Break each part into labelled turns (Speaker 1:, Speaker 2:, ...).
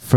Speaker 1: for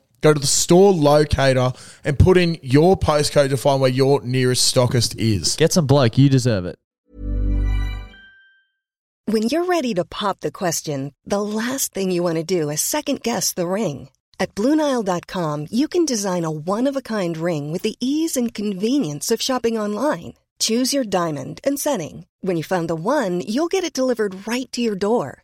Speaker 2: go to the store locator and put in your postcode to find where your nearest stockist is.
Speaker 1: Get some bloke. You deserve it.
Speaker 3: When you're ready to pop the question, the last thing you want to do is second guess the ring. At Bluenile.com, you can design a one of a kind ring with the ease and convenience of shopping online. Choose your diamond and setting. When you find the one, you'll get it delivered right to your door.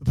Speaker 2: The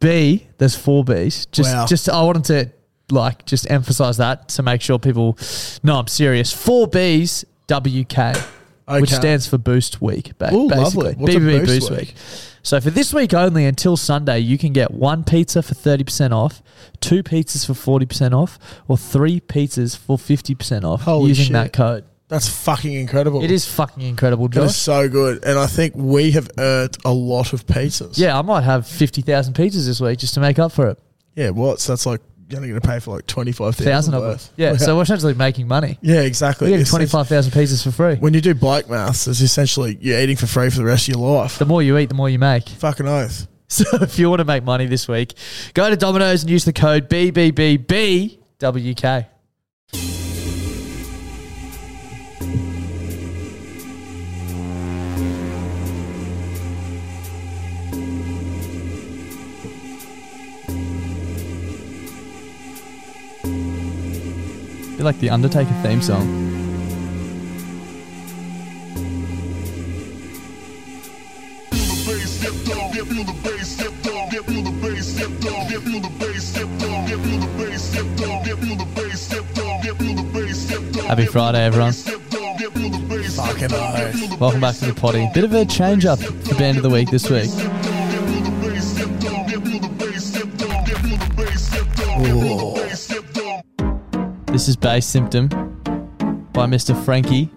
Speaker 1: B, there's four B's. Just,
Speaker 2: Wow.
Speaker 1: just I wanted to like just emphasize that to make sure people know I'm serious. Four B's WK, which
Speaker 2: Okay.
Speaker 1: stands for Boost Week. Ba-
Speaker 2: Ooh, lovely.
Speaker 1: basically,
Speaker 2: What's a
Speaker 1: BBB
Speaker 2: Boost
Speaker 1: Boost,
Speaker 2: Week?
Speaker 1: week? So for this week only, until Sunday, you can get one pizza for thirty percent off, two pizzas for forty percent off, or three pizzas for fifty percent off
Speaker 2: Holy
Speaker 1: using
Speaker 2: shit.
Speaker 1: that code.
Speaker 2: That's fucking incredible.
Speaker 1: It is fucking incredible,
Speaker 2: That is
Speaker 1: Josh.
Speaker 2: so good. And I think we have earned a lot of pizzas.
Speaker 1: Yeah, I might have fifty thousand pizzas this week just to make up for it.
Speaker 2: Yeah, what? So that's like you're only going to pay for like twenty five
Speaker 1: Thousand
Speaker 2: thousand
Speaker 1: of them. Yeah, so we're essentially making money.
Speaker 2: yeah, exactly.
Speaker 1: We're getting
Speaker 2: It's-
Speaker 1: twenty five thousand pizzas for free.
Speaker 2: When you do bloke maths, it's essentially you're eating for free for the rest of your life.
Speaker 1: The more you eat, the more you make.
Speaker 2: Fucking oath.
Speaker 1: So if you want to make money this week, go to Domino's and use the code BBBBWK. Be like the Undertaker theme song. Happy Friday, everyone.
Speaker 2: Fucking oath.
Speaker 1: Welcome back to the potty. Bit of a change up for band of the week this week. This is Bass Symptom by Mr. Frankie.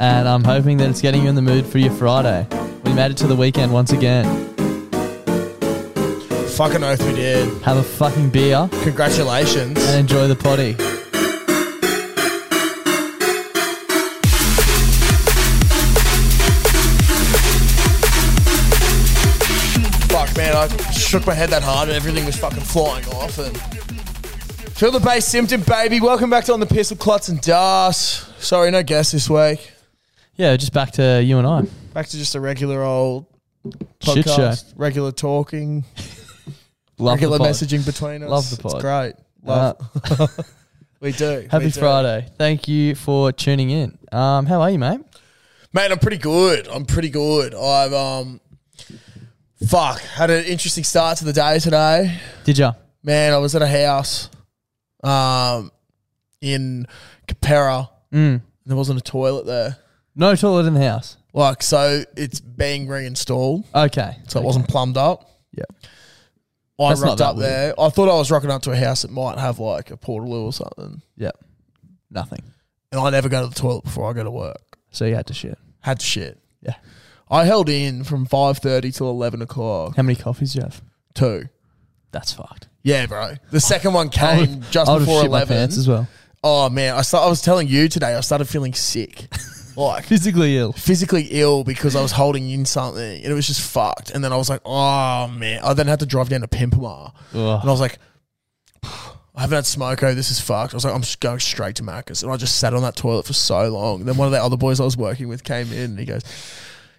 Speaker 1: And I'm hoping that it's getting you in the mood for your Friday. We made it to the weekend once again.
Speaker 2: Fucking oath we did.
Speaker 1: Have a fucking beer
Speaker 2: Congratulations.
Speaker 1: and enjoy the potty.
Speaker 2: Fuck man, I shook my head that hard and everything was fucking flying off and Feel the bass symptom, baby. Welcome back to On the Pistol Clutz and Dust. Sorry, no guest this week.
Speaker 1: Yeah, just back to you and I.
Speaker 2: Back to just a regular old
Speaker 1: Shit
Speaker 2: podcast.
Speaker 1: show.
Speaker 2: Regular talking.
Speaker 1: Love the
Speaker 2: regular
Speaker 1: pod.
Speaker 2: messaging between us.
Speaker 1: Love the
Speaker 2: It's
Speaker 1: pod.
Speaker 2: great.
Speaker 1: Uh,
Speaker 2: Love. we do.
Speaker 1: happy
Speaker 2: We do.
Speaker 1: Friday. Thank you for tuning in. Um, how are you, mate?
Speaker 2: Mate, I'm pretty good. I'm pretty good. I've um fuck, had an interesting start to the day today.
Speaker 1: Did ya?
Speaker 2: Man, I was at a house um in Capera.
Speaker 1: Mm.
Speaker 2: There wasn't a toilet there.
Speaker 1: No toilet in the house.
Speaker 2: Like so it's being reinstalled,
Speaker 1: Okay.
Speaker 2: so it wasn't plumbed up.
Speaker 1: Yep.
Speaker 2: I
Speaker 1: That's not
Speaker 2: rocked
Speaker 1: that
Speaker 2: up
Speaker 1: weird.
Speaker 2: there. I thought I was rocking up to a house that might have like a portaloo or something.
Speaker 1: Yeah. Nothing.
Speaker 2: And I never go to the toilet before I go to work.
Speaker 1: So you had to shit.
Speaker 2: Had to shit.
Speaker 1: Yeah.
Speaker 2: I held in from five thirty till eleven o'clock.
Speaker 1: How many coffees do you have?
Speaker 2: Two.
Speaker 1: That's fucked.
Speaker 2: Yeah, bro. The second one came just
Speaker 1: I would have
Speaker 2: before
Speaker 1: shit my
Speaker 2: eleven.
Speaker 1: pants as well.
Speaker 2: Oh man, I, sta- I was telling you today. I started feeling sick, like
Speaker 1: Physically ill.
Speaker 2: physically ill because I was holding in something, and it was just fucked. And then I was like, oh man. I then had to drive down to Pimpamar,
Speaker 1: Ugh.
Speaker 2: and I was like. I haven't had smoko. This is fucked. I was like, I'm just going straight to Marcus, and I just sat on that toilet for so long. Then one of the other boys I was working with came in, and he goes,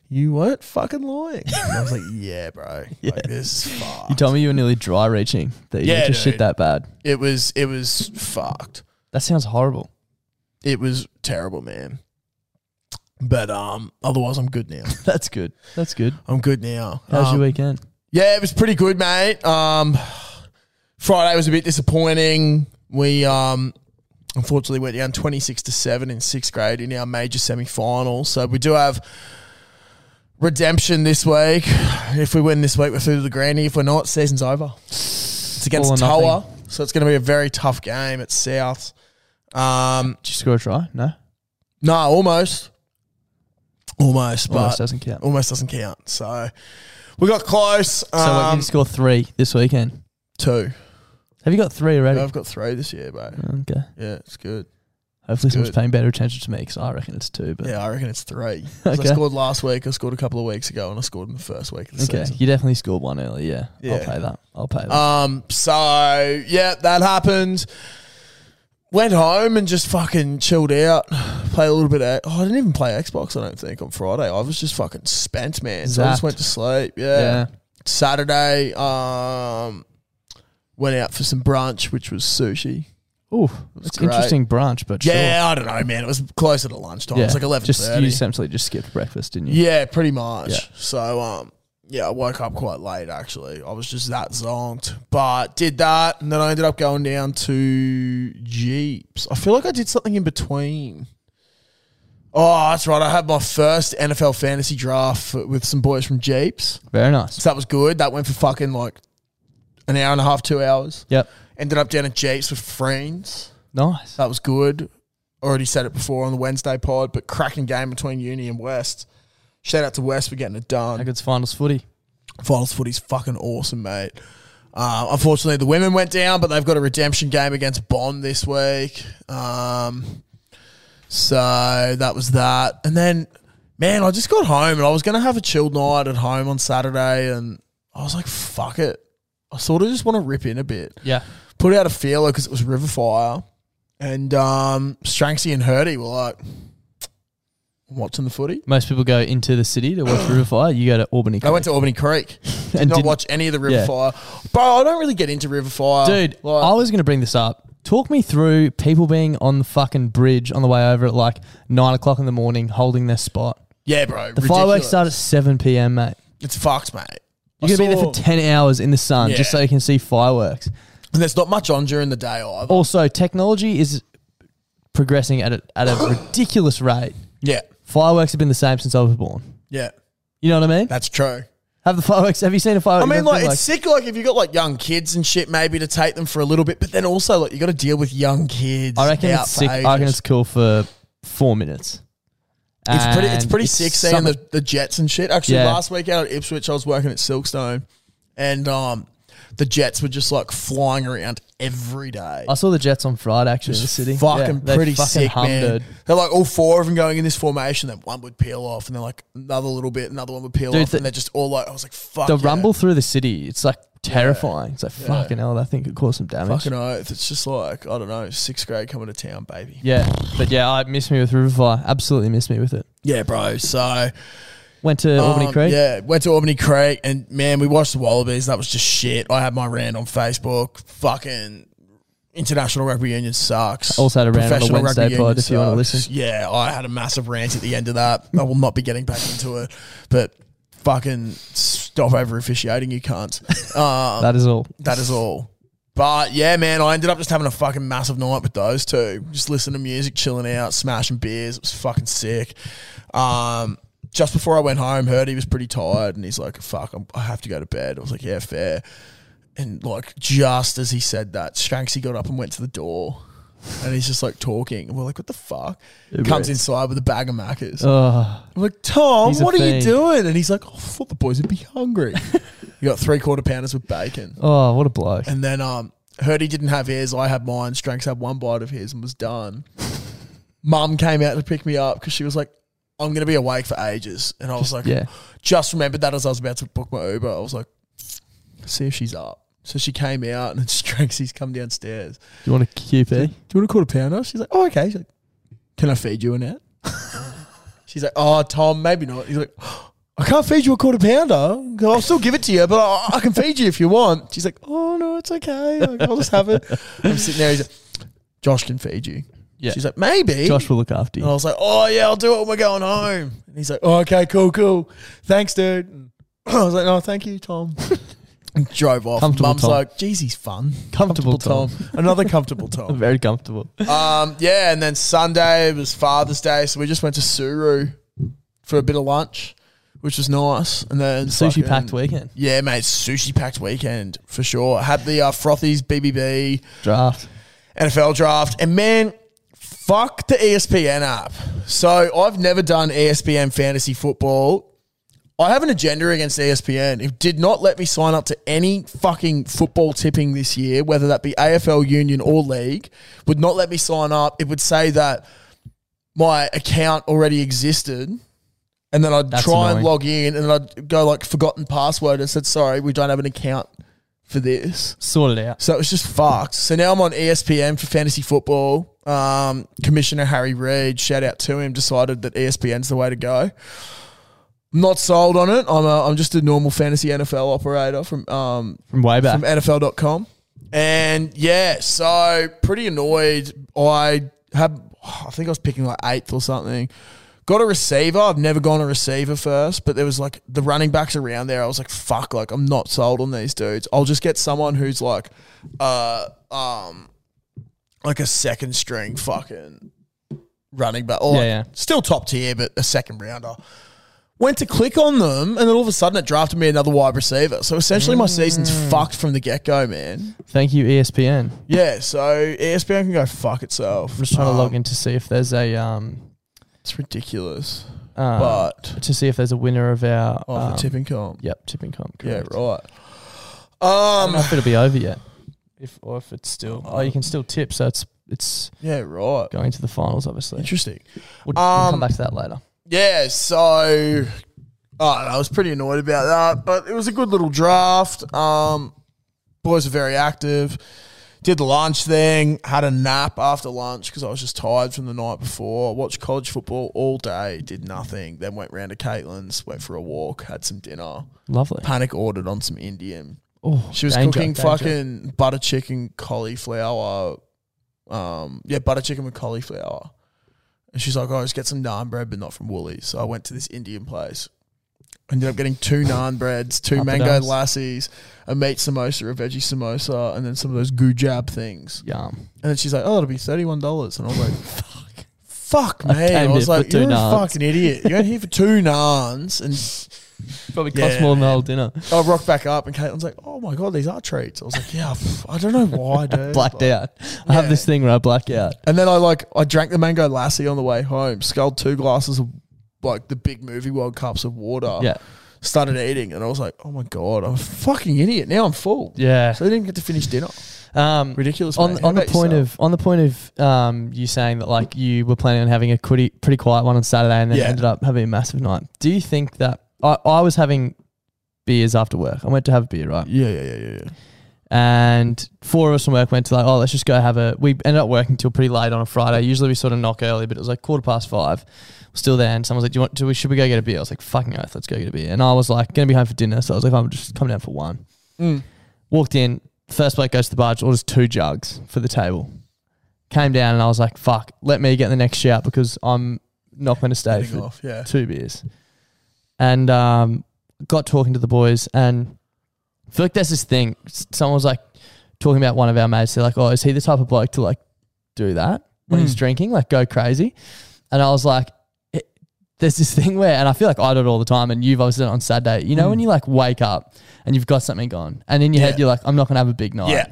Speaker 2: "You weren't fucking lying." And I was like, "Yeah, bro. Like this is fucked."
Speaker 1: You told me you were nearly dry reaching. That you
Speaker 2: Yeah,
Speaker 1: yeah, just
Speaker 2: dude.
Speaker 1: shit that bad.
Speaker 2: it was it was fucked.
Speaker 1: That sounds horrible.
Speaker 2: It was terrible, man. But um, otherwise, I'm good now.
Speaker 1: That's good. That's good.
Speaker 2: I'm good now.
Speaker 1: How's
Speaker 2: Um,
Speaker 1: your weekend?
Speaker 2: Yeah, it was pretty good, mate. Um, Friday was a bit disappointing. We um, unfortunately went down 26 to 7 in sixth grade in our major semi final. So we do have redemption this week. If we win this week, we're through to the granny. If we're not, season's over. It's against
Speaker 1: All or
Speaker 2: Toa. So it's going to be a very tough game at South. Um,
Speaker 1: Did you score a try? No.
Speaker 2: no, almost. Almost, but
Speaker 1: Almost
Speaker 2: almost doesn't,
Speaker 1: doesn't count.
Speaker 2: count. So we got close.
Speaker 1: So what,
Speaker 2: Um,
Speaker 1: you score three this weekend.
Speaker 2: two.
Speaker 1: Have you got three
Speaker 2: Yeah,
Speaker 1: already?
Speaker 2: I've got three this year, mate.
Speaker 1: Okay.
Speaker 2: Yeah, it's good.
Speaker 1: Hopefully someone's
Speaker 2: Good.
Speaker 1: paying better attention to me because I reckon it's two. But
Speaker 2: Yeah, I reckon it's three. 'Cause I
Speaker 1: Okay.
Speaker 2: scored last week. I scored a couple of weeks ago, and I scored in the first week of the
Speaker 1: okay,
Speaker 2: season.
Speaker 1: you definitely scored one early. Yeah, I'll
Speaker 2: Yeah.
Speaker 1: pay that. I'll pay that.
Speaker 2: Um. So yeah, that happened. Went home and just fucking chilled out. Played a little bit. Of, oh, I didn't even play Xbox. I don't think on Friday. I was just fucking spent, man. So I just
Speaker 1: Zapped.
Speaker 2: went to sleep.
Speaker 1: yeah.
Speaker 2: Saturday, um, went out for some brunch, which was sushi.
Speaker 1: Ooh, it's
Speaker 2: great.
Speaker 1: interesting branch, but
Speaker 2: Yeah, I don't know, man. It was closer to lunchtime.
Speaker 1: sure.
Speaker 2: It was like eleven
Speaker 1: Just you
Speaker 2: thirty.
Speaker 1: essentially just skipped breakfast, didn't you?
Speaker 2: Yeah, pretty much.
Speaker 1: Yeah.
Speaker 2: So, um, yeah, I woke up quite late actually. I was just that zonked, but did that, and then I ended up going down to Jeeps. I feel like I did something in between. Oh, that's right. I had my first NFL fantasy draft with some boys from Jeeps.
Speaker 1: Very nice.
Speaker 2: So that was good. That went for fucking like an hour and a half, two hours.
Speaker 1: Yep.
Speaker 2: Ended up down at Jeeps with friends.
Speaker 1: Nice.
Speaker 2: That was good. Already said it before on the Wednesday pod, but cracking game between Uni and West. Shout out to West for getting it
Speaker 1: How
Speaker 2: done.
Speaker 1: good's finals footy?
Speaker 2: Finals footy's fucking awesome, mate. Uh, unfortunately, the women went down, but they've got a redemption game against Bond this week. Um, so that was that. And then, man, I just got home and I was going to have a chilled night at home on Saturday. And I was like, fuck it. I sort of just want to rip in a bit
Speaker 1: Yeah.
Speaker 2: put out a feeler because it was River Fire, and um, Stranksy and Hurdy were like, "I'm watching the footy."
Speaker 1: Most people go into the city to watch Riverfire. You go to Albany.
Speaker 2: They went to Albany Creek
Speaker 1: and
Speaker 2: and not
Speaker 1: didn't-
Speaker 2: watch any of the River
Speaker 1: Yeah.
Speaker 2: Fire. Bro, I don't really get into River Fire,
Speaker 1: Dude,
Speaker 2: uh, Like,
Speaker 1: I was going to bring this up. Talk me through people being on the fucking bridge on the way over at like nine o'clock in the morning, holding their spot.
Speaker 2: yeah, bro.
Speaker 1: The fireworks start at seven p.m., mate.
Speaker 2: It's fucked, mate.
Speaker 1: You're
Speaker 2: I
Speaker 1: gonna be there for
Speaker 2: saw-
Speaker 1: ten hours in the sun just
Speaker 2: Yeah.
Speaker 1: so you can see fireworks.
Speaker 2: And there's not much on during the day either.
Speaker 1: Also, technology is progressing at a, at a ridiculous rate.
Speaker 2: Yeah,
Speaker 1: Fireworks have been the same since I was born.
Speaker 2: yeah,
Speaker 1: You know what I mean?
Speaker 2: that's true.
Speaker 1: Have the fireworks? Have Oh, you seen a
Speaker 2: I
Speaker 1: fireworks?
Speaker 2: mean, like, it's sick. Like, if you got like young kids and shit, maybe to take them for a little bit, but then also like you got to deal with young kids.
Speaker 1: I reckon
Speaker 2: out
Speaker 1: it's
Speaker 2: for
Speaker 1: sick. I reckon
Speaker 2: ages.
Speaker 1: it's cool for four minutes.
Speaker 2: It's pretty, it's
Speaker 1: And
Speaker 2: pretty sick seeing
Speaker 1: some-
Speaker 2: the, the Jets and shit. Actually,
Speaker 1: Yeah.
Speaker 2: last week out at Ipswich, I was working at Silkstone, and um, the Jets were just like flying around every day.
Speaker 1: I saw the Jets on Friday actually in the
Speaker 2: Just
Speaker 1: city.
Speaker 2: fucking
Speaker 1: Yeah, they
Speaker 2: pretty
Speaker 1: fucking
Speaker 2: sick,
Speaker 1: hummed
Speaker 2: man.
Speaker 1: it.
Speaker 2: They're like all four of them going in this formation. Then one would peel off, and then like another little bit, another one would peel
Speaker 1: Dude,
Speaker 2: off,
Speaker 1: the-
Speaker 2: and they're just all like, I was like, fuck.
Speaker 1: The
Speaker 2: yeah.
Speaker 1: rumble through the city, it's like terrifying. It's like fucking hell. That thing could cause some damage.
Speaker 2: Fucking oath. It's just like I don't know, sixth grade coming to town, baby.
Speaker 1: yeah, but yeah, I miss me with Riverfire. Absolutely miss me with it.
Speaker 2: Yeah, bro. So
Speaker 1: Went to Albany
Speaker 2: Um,
Speaker 1: Creek.
Speaker 2: Yeah, went to Albany Creek, and man, we watched the Wallabies. That was just shit. I had my rant on Facebook. Fucking international rugby union sucks.
Speaker 1: Also had a rant on the
Speaker 2: Professional
Speaker 1: Wednesday
Speaker 2: rugby
Speaker 1: pod
Speaker 2: union
Speaker 1: if you wanna
Speaker 2: sucks.
Speaker 1: listen.
Speaker 2: Yeah, I had a massive rant at the end of that. I will not be getting back into it, but fucking stop over officiating, you can't. Um,
Speaker 1: That is all.
Speaker 2: that is all. But yeah, man, I ended up just having a fucking massive night with those two. Just listening to music, chilling out, smashing beers. It was fucking sick. Um, just before I went home, heard he was pretty tired, and he's like, "Fuck, I'm, I have to go to bed." I was like, "Yeah, fair." And like just as he said that, Stranksy got up and went to the door. And he's just like talking. And we're like, what the fuck? Comes inside with a bag of macas.
Speaker 1: Ugh.
Speaker 2: I'm like, Tom,
Speaker 1: He's a
Speaker 2: what are you
Speaker 1: fiend.
Speaker 2: doing? And he's like, oh, I thought the boys would be hungry. you got three quarter pounders with bacon.
Speaker 1: oh, what a bloke.
Speaker 2: And then um, Hurdy didn't have his, I had mine. Stranks had one bite of his and was done. Mum came out to pick me up because she was like, I'm going to be awake for ages. And I was like,
Speaker 1: yeah.
Speaker 2: just remembered that as I was about to book my Uber. I was like, see if she's up. So she came out and Stranksy's come downstairs.
Speaker 1: Do you want a QP?
Speaker 2: Do you want a quarter pounder? She's like, oh, okay. She's like, can I feed you an out? She's like, oh, Tom, maybe not. He's like, I can't feed you a quarter pounder. I'll still give it to you, but I, I can feed you if you want. She's like, oh, no, it's okay. Like, I'll just have it. I'm sitting there. He's like, Josh can feed you.
Speaker 1: Yeah.
Speaker 2: She's like, maybe.
Speaker 1: Josh will look after you.
Speaker 2: And I was like, oh, yeah, I'll do it when we're going home. And he's like, oh, okay, cool, cool. Thanks, dude. And I was like, no, thank you, Tom. and drove off.
Speaker 1: Comfortable
Speaker 2: Mum's
Speaker 1: Tom.
Speaker 2: like, geez, he's fun.
Speaker 1: Comfortable
Speaker 2: Another comfortable Tom.
Speaker 1: Very comfortable.
Speaker 2: um, yeah, and then Sunday was Father's Day, so we just went to Suru for a bit of lunch, which was nice. And then
Speaker 1: Sushi
Speaker 2: fucking-
Speaker 1: packed weekend.
Speaker 2: Yeah, mate, sushi packed weekend for sure. Had the uh, frothies, BBB,
Speaker 1: Draft.
Speaker 2: NFL draft, and man, fuck the E ESPN app. So I've never done E ESPN fantasy football. I have an agenda against E ESPN. It did not let me sign up to any fucking football tipping this year, whether that be AFL Union or League. Would not let me sign up. It would say that my account already existed. And then I'd
Speaker 1: That's
Speaker 2: try and
Speaker 1: annoying.
Speaker 2: log in and I'd go like forgotten password and said, sorry, we don't have an account for this.
Speaker 1: Sort it out.
Speaker 2: So it was just fucked. So now I'm on E ESPN for fantasy football. Um, Commissioner Harry Reid, shout out to him, decided that E ESPN's the way to go. I'm not sold on it. I'm, a, I'm just a normal fantasy NFL operator from um,
Speaker 1: From way back.
Speaker 2: from NFL.com. And yeah, so pretty annoyed. I have, I think I was picking like eighth or something. Got a receiver. I've never gone a receiver first, but there was like the running backs around there. I was like, fuck, like I'm not sold on these dudes. I'll just get someone who's like, uh, um, like a second string fucking running back, or
Speaker 1: Yeah, yeah.
Speaker 2: still top tier, but a second rounder. Went to click on them, and then all of a sudden it drafted me another wide receiver. So essentially, my season's
Speaker 1: Mm.
Speaker 2: fucked from the get go, man.
Speaker 1: Thank you, E ESPN.
Speaker 2: Yeah, so E ESPN can go fuck itself.
Speaker 1: I'm just trying to log in to see if there's a um,
Speaker 2: Um, It's ridiculous,
Speaker 1: um
Speaker 2: but
Speaker 1: to see if there's a winner of our
Speaker 2: oh,
Speaker 1: um,
Speaker 2: the tipping comp.
Speaker 1: Yep, tipping comp.
Speaker 2: Yeah,
Speaker 1: Correct.
Speaker 2: right.
Speaker 1: I don't know
Speaker 2: Um,
Speaker 1: if it'll be over yet. If or if it's still
Speaker 2: Uh,
Speaker 1: oh, you can still tip, so it's it's
Speaker 2: yeah, right.
Speaker 1: going to the finals. Obviously,
Speaker 2: Interesting.
Speaker 1: we'll, we'll
Speaker 2: Um,
Speaker 1: come back to that later.
Speaker 2: Yeah, so oh, I was pretty annoyed about that, but it was a good little draft. Um, boys are very active. Did the lunch thing, had a nap after lunch because I was just tired from the night before. Watched college football all day, did nothing. Then went round to Caitlin's, went for a walk, had some dinner.
Speaker 1: Lovely.
Speaker 2: Panic ordered on some Indian.
Speaker 1: Oh,
Speaker 2: She was
Speaker 1: danger,
Speaker 2: cooking
Speaker 1: danger.
Speaker 2: fucking butter chicken cauliflower. Um, yeah, butter chicken with cauliflower. And she's like, "Oh, just get some naan bread, but not from Woolies." So I went to this Indian place. Ended up getting two naan breads, two
Speaker 1: Up the
Speaker 2: mango
Speaker 1: dumps.
Speaker 2: lassis, a meat samosa, a veggie samosa, and then some of those gujab things.
Speaker 1: Yum.
Speaker 2: And then she's like, "Oh, it'll be thirty-one dollars," and I'm like, "Fuck, me!" I,
Speaker 1: came
Speaker 2: was
Speaker 1: here for
Speaker 2: like,
Speaker 1: two
Speaker 2: "You're a
Speaker 1: naans."
Speaker 2: fucking idiot. You went here for two naans and
Speaker 1: Probably
Speaker 2: Yeah,
Speaker 1: cost more than the whole dinner.
Speaker 2: I rocked back up and Caitlin's like, oh my God, these are treats. I was like, yeah, f- I don't know why, dude.
Speaker 1: Blacked
Speaker 2: Like-
Speaker 1: out. I have this
Speaker 2: Yeah.
Speaker 1: thing where I black out.
Speaker 2: And then I like, I drank the mango lassi on the way home, sculled two glasses of like the big movie world cups of water.
Speaker 1: Yeah.
Speaker 2: Started eating and I was like, oh my God, I'm a fucking idiot. Now I'm full.
Speaker 1: Yeah.
Speaker 2: So I didn't get to finish dinner.
Speaker 1: Um,
Speaker 2: Ridiculous.
Speaker 1: on,
Speaker 2: mate. How
Speaker 1: on the
Speaker 2: about
Speaker 1: point
Speaker 2: yourself?
Speaker 1: of on the point of um, you saying that like you were planning on having a pretty pretty quiet one on Saturday and then
Speaker 2: Yeah.
Speaker 1: ended up having a massive night. Do you think that I, I was having beers after work? I went to have a beer, right?
Speaker 2: Yeah, yeah, yeah, yeah. yeah.
Speaker 1: And four of us from work went to like, oh, let's just go have a. We ended up working till pretty late on a Friday. Usually we sort of knock early, but it was like quarter past five. We're still there, and someone's like, do you want? Do we should we go get a beer? I was like, fucking oath, let's go get a beer. And I was like, gonna be home for dinner, so I was like, I'm just coming down for one.
Speaker 2: Mm.
Speaker 1: Walked in, first bloke goes to the bar, just orders two jugs for the table. Came down and I was like, fuck, let me get the next shout because I'm not going to stay
Speaker 2: Getting
Speaker 1: for
Speaker 2: off, yeah.
Speaker 1: two beers. And um, got talking to the boys and I feel like there's this thing. S- Someone was like talking about one of our mates. They're like, oh, is he the type of bloke
Speaker 2: Hmm.
Speaker 1: to like do that when he's drinking, like go crazy? And I was like, "Eh, there's this thing where, and I feel like I do it all the time, and you've obviously done it on Saturday. You know, when you like wake up and you've got something on, and in
Speaker 2: Hmm.
Speaker 1: your
Speaker 2: Yeah.
Speaker 1: head you're like, I'm not gonna have a big night.
Speaker 2: Yeah.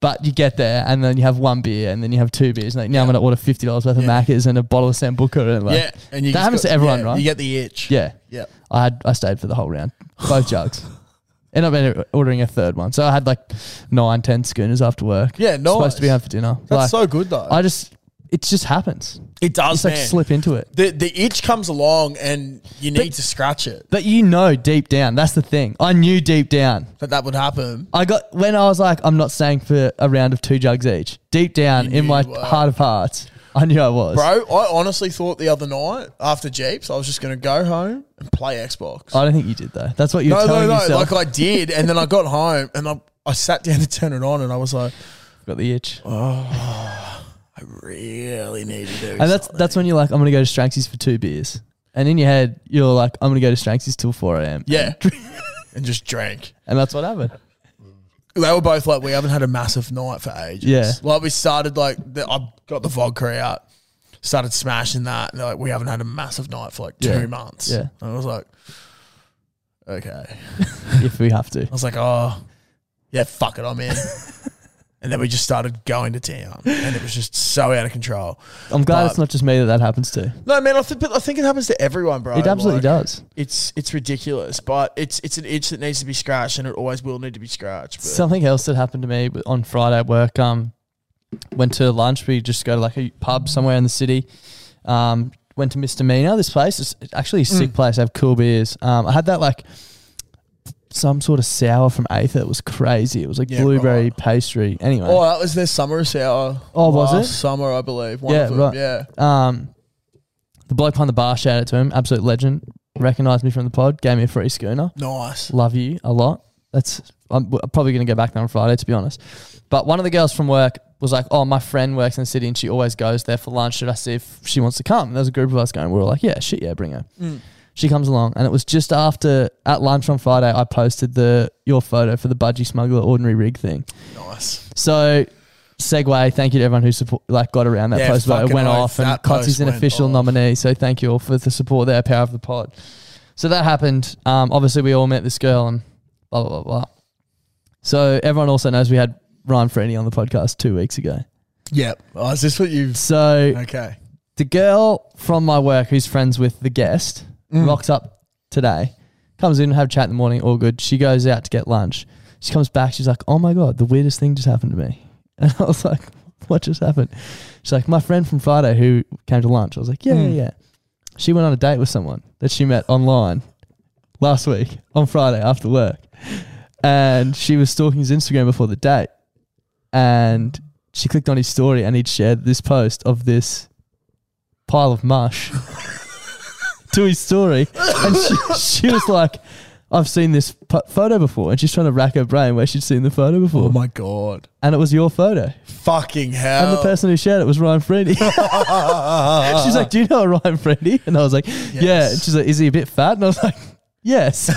Speaker 1: But you get there, and then you have one beer, and then you have two beers. And like, now I'm gonna order fifty dollars worth of Macca's and a bottle of Sambuca. And like,
Speaker 2: yeah, and you
Speaker 1: that
Speaker 2: just
Speaker 1: happens
Speaker 2: got-
Speaker 1: to everyone,
Speaker 2: yeah,
Speaker 1: right?
Speaker 2: You get the itch.
Speaker 1: yeah,
Speaker 2: yeah.
Speaker 1: I had I stayed for the whole round, both jugs. And I've been ordering a third one, so I had like nine, ten schooners after work.
Speaker 2: Yeah, nice.
Speaker 1: supposed to be home for dinner.
Speaker 2: That's
Speaker 1: like,
Speaker 2: so good though.
Speaker 1: I just it just happens.
Speaker 2: it does,
Speaker 1: Just like
Speaker 2: man.
Speaker 1: slip into it.
Speaker 2: The the itch comes along, and you need
Speaker 1: But-
Speaker 2: to scratch it
Speaker 1: But you know deep down, that's the thing. I knew deep down.
Speaker 2: that that would happen.
Speaker 1: I got when I was like, I'm not staying for a round of two jugs each. Deep down
Speaker 2: You
Speaker 1: in
Speaker 2: knew
Speaker 1: my
Speaker 2: you were.
Speaker 1: heart of hearts, I knew I was.
Speaker 2: Bro, I honestly thought the other night after Jeeps, I was just going to go home and play Xbox.
Speaker 1: I don't think you did though. That's what you're
Speaker 2: no, no,
Speaker 1: telling
Speaker 2: no.
Speaker 1: yourself.
Speaker 2: Like I did, and then I got home and I, I sat down to turn it on, and I was like, "Oh."
Speaker 1: got the itch,
Speaker 2: I really need to do.
Speaker 1: and that's that's when you're like, I'm gonna go to Stranksy's for two beers, and in your head you're like, I'm gonna go to Stranksy's till four a.m.
Speaker 2: yeah, and just drank.
Speaker 1: and that's what happened.
Speaker 2: They were both like, we haven't had a massive night for ages.
Speaker 1: Yeah.
Speaker 2: like we started like the, I got the vodka out, started smashing that, and they're like, we haven't had a massive night for like two
Speaker 1: Yeah.
Speaker 2: months.
Speaker 1: Yeah.
Speaker 2: and I was like, okay.
Speaker 1: if we have to.
Speaker 2: I was like, oh, yeah, fuck it, I'm in. and then we just started going to town, and it was just so out of control.
Speaker 1: I'm glad
Speaker 2: But-
Speaker 1: it's not just me that that happens to.
Speaker 2: No, man, I, th- but I think it happens to everyone, bro.
Speaker 1: It absolutely
Speaker 2: Like,
Speaker 1: does.
Speaker 2: It's it's ridiculous, but it's it's an itch that needs to be scratched, and it always will need to be scratched. But
Speaker 1: Something else that happened to me w- on Friday at work. Um, went to lunch. We just go to like a pub somewhere in the city. Um, went to Misdemeanor. This place is actually a
Speaker 2: Mm.
Speaker 1: sick place. They have cool beers. Um, I had that like some sort of sour from Aether. It was crazy. It was like
Speaker 2: Yeah,
Speaker 1: blueberry
Speaker 2: right.
Speaker 1: pastry. Anyway,
Speaker 2: oh, that was their summer sour.
Speaker 1: Oh, was
Speaker 2: last
Speaker 1: it?
Speaker 2: summer? I believe. One
Speaker 1: Yeah,
Speaker 2: of them.
Speaker 1: right.
Speaker 2: Yeah,
Speaker 1: um, the bloke behind the bar, shout out to him, absolute legend. Recognized me from the pod. Gave me a free schooner.
Speaker 2: nice.
Speaker 1: love you a lot. That's I'm, w- I'm probably going to go back there on Friday, to be honest. But one of the girls from work was like, "Oh, my friend works in the city, and she always goes there for lunch. Should I see if she wants to come?" And there was a group of us going. We were like, "Yeah, shit, yeah, bring her."
Speaker 2: Mm.
Speaker 1: She comes along, and it was just after at lunch on Friday. I posted the your photo for the budgie smuggler ordinary rig thing.
Speaker 2: Nice.
Speaker 1: So, segue. Thank you to everyone who support, like got around that
Speaker 2: Yeah,
Speaker 1: post. But it
Speaker 2: fucking
Speaker 1: went
Speaker 2: oath,
Speaker 1: off, and
Speaker 2: that
Speaker 1: Clutzy's
Speaker 2: post
Speaker 1: an
Speaker 2: went
Speaker 1: official
Speaker 2: off.
Speaker 1: nominee. So thank you all for the support there. Power of the pod. So that happened. Um, obviously, we all met this girl and blah blah blah blah. So everyone also knows we had Ryan Freeney on the podcast two weeks ago.
Speaker 2: Yep. Oh, is this what you?
Speaker 1: So
Speaker 2: Okay.
Speaker 1: the girl from my work who's friends with the guest rocks up today, comes in, have a chat in the morning, all good. She goes out to get lunch. She comes back, she's like, Oh my god, the weirdest thing just happened to me. And I was like, What just happened? She's like, My friend from Friday who came to lunch. I was like, Yeah, yeah, yeah. She went on a date with someone that she met online last week on Friday after work. And she was stalking his Instagram before the date. And she clicked on his story and he'd shared this post of this pile of mush to his story. And she, she was like, I've seen this p- photo before. And she's trying to rack her brain where she'd seen the photo before.
Speaker 2: Oh my god.
Speaker 1: and it was your photo.
Speaker 2: Fucking
Speaker 1: And the
Speaker 2: hell.
Speaker 1: person who shared it was Ryan Freddy. she's like, Do you know a Ryan Freddy? And I was like, Yeah.
Speaker 2: Yes.
Speaker 1: And she's like, Is he a bit fat? And I was like, Yes.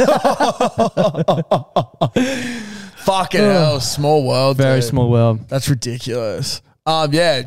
Speaker 2: Fucking hell. Small world.
Speaker 1: Very
Speaker 2: dude.
Speaker 1: small world.
Speaker 2: That's ridiculous. Um, yeah,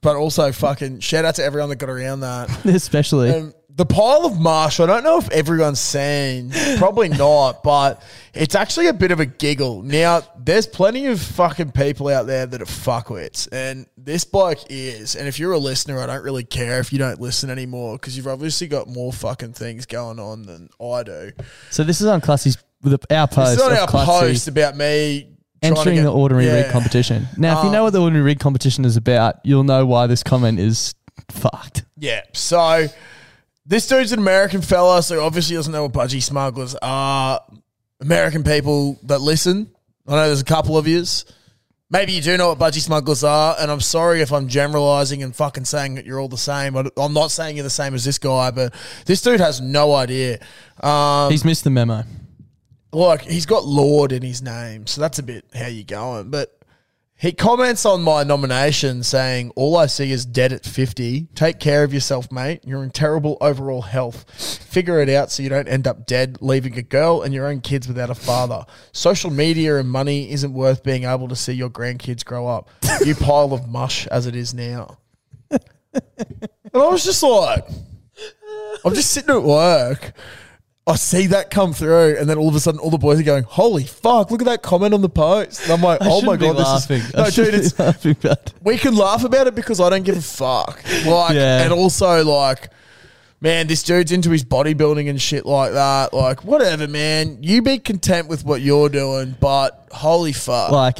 Speaker 2: but also fucking shout out to everyone that got around that.
Speaker 1: Especially.
Speaker 2: Um, the pile of marsh. I don't know if everyone's seen. Probably not, but it's actually a bit of a giggle. Now, there's plenty of fucking people out there that are fuckwits, and this bloke is. And if you're a listener, I don't really care if you don't listen anymore because you've obviously got more fucking things going on than I do.
Speaker 1: so this is on Classy's, the, our post.
Speaker 2: It's not
Speaker 1: of
Speaker 2: our
Speaker 1: Clutzy
Speaker 2: post about me trying to
Speaker 1: Entering
Speaker 2: get-
Speaker 1: the ordinary rig
Speaker 2: Yeah. Um,
Speaker 1: competition. Now, if you know what the ordinary rig competition is about, you'll know why this comment is fucked.
Speaker 2: Yeah. So this dude's an American fella, so obviously doesn't know what budgie smugglers are. American people that listen, I know there's a couple of yous. Maybe you do know what budgie smugglers are, and I'm sorry if I'm generalizing and fucking saying that you're all the same. I- I'm not saying you're the same as this guy, but this dude has no idea. Um,
Speaker 1: He's missed the memo.
Speaker 2: like he's got Lord in his name, so that's a bit how you going. But he comments on my nomination saying, "All I see is dead at fifty. Take care of yourself, mate. You're in terrible overall health. Figure it out so you don't end up dead, leaving a girl and your own kids without a father. Social media and money isn't worth being able to see your grandkids grow up. You pile of mush as it is now." And I was just like, I'm just sitting at work. I see that come through, and then all of a sudden, all the boys are going, "Holy fuck! Look at that comment on the post." And I'm like,
Speaker 1: I
Speaker 2: "Oh my
Speaker 1: shouldn't be
Speaker 2: god, this
Speaker 1: laughing.
Speaker 2: is
Speaker 1: I
Speaker 2: no, dude.
Speaker 1: shouldn't be
Speaker 2: It's
Speaker 1: laughing, but
Speaker 2: we can laugh about it because I don't give a fuck. Like,
Speaker 1: Yeah.
Speaker 2: and also like, man, this dude's into his bodybuilding and shit like that. Like, whatever, man. You be content with what you're doing, but holy fuck,
Speaker 1: like,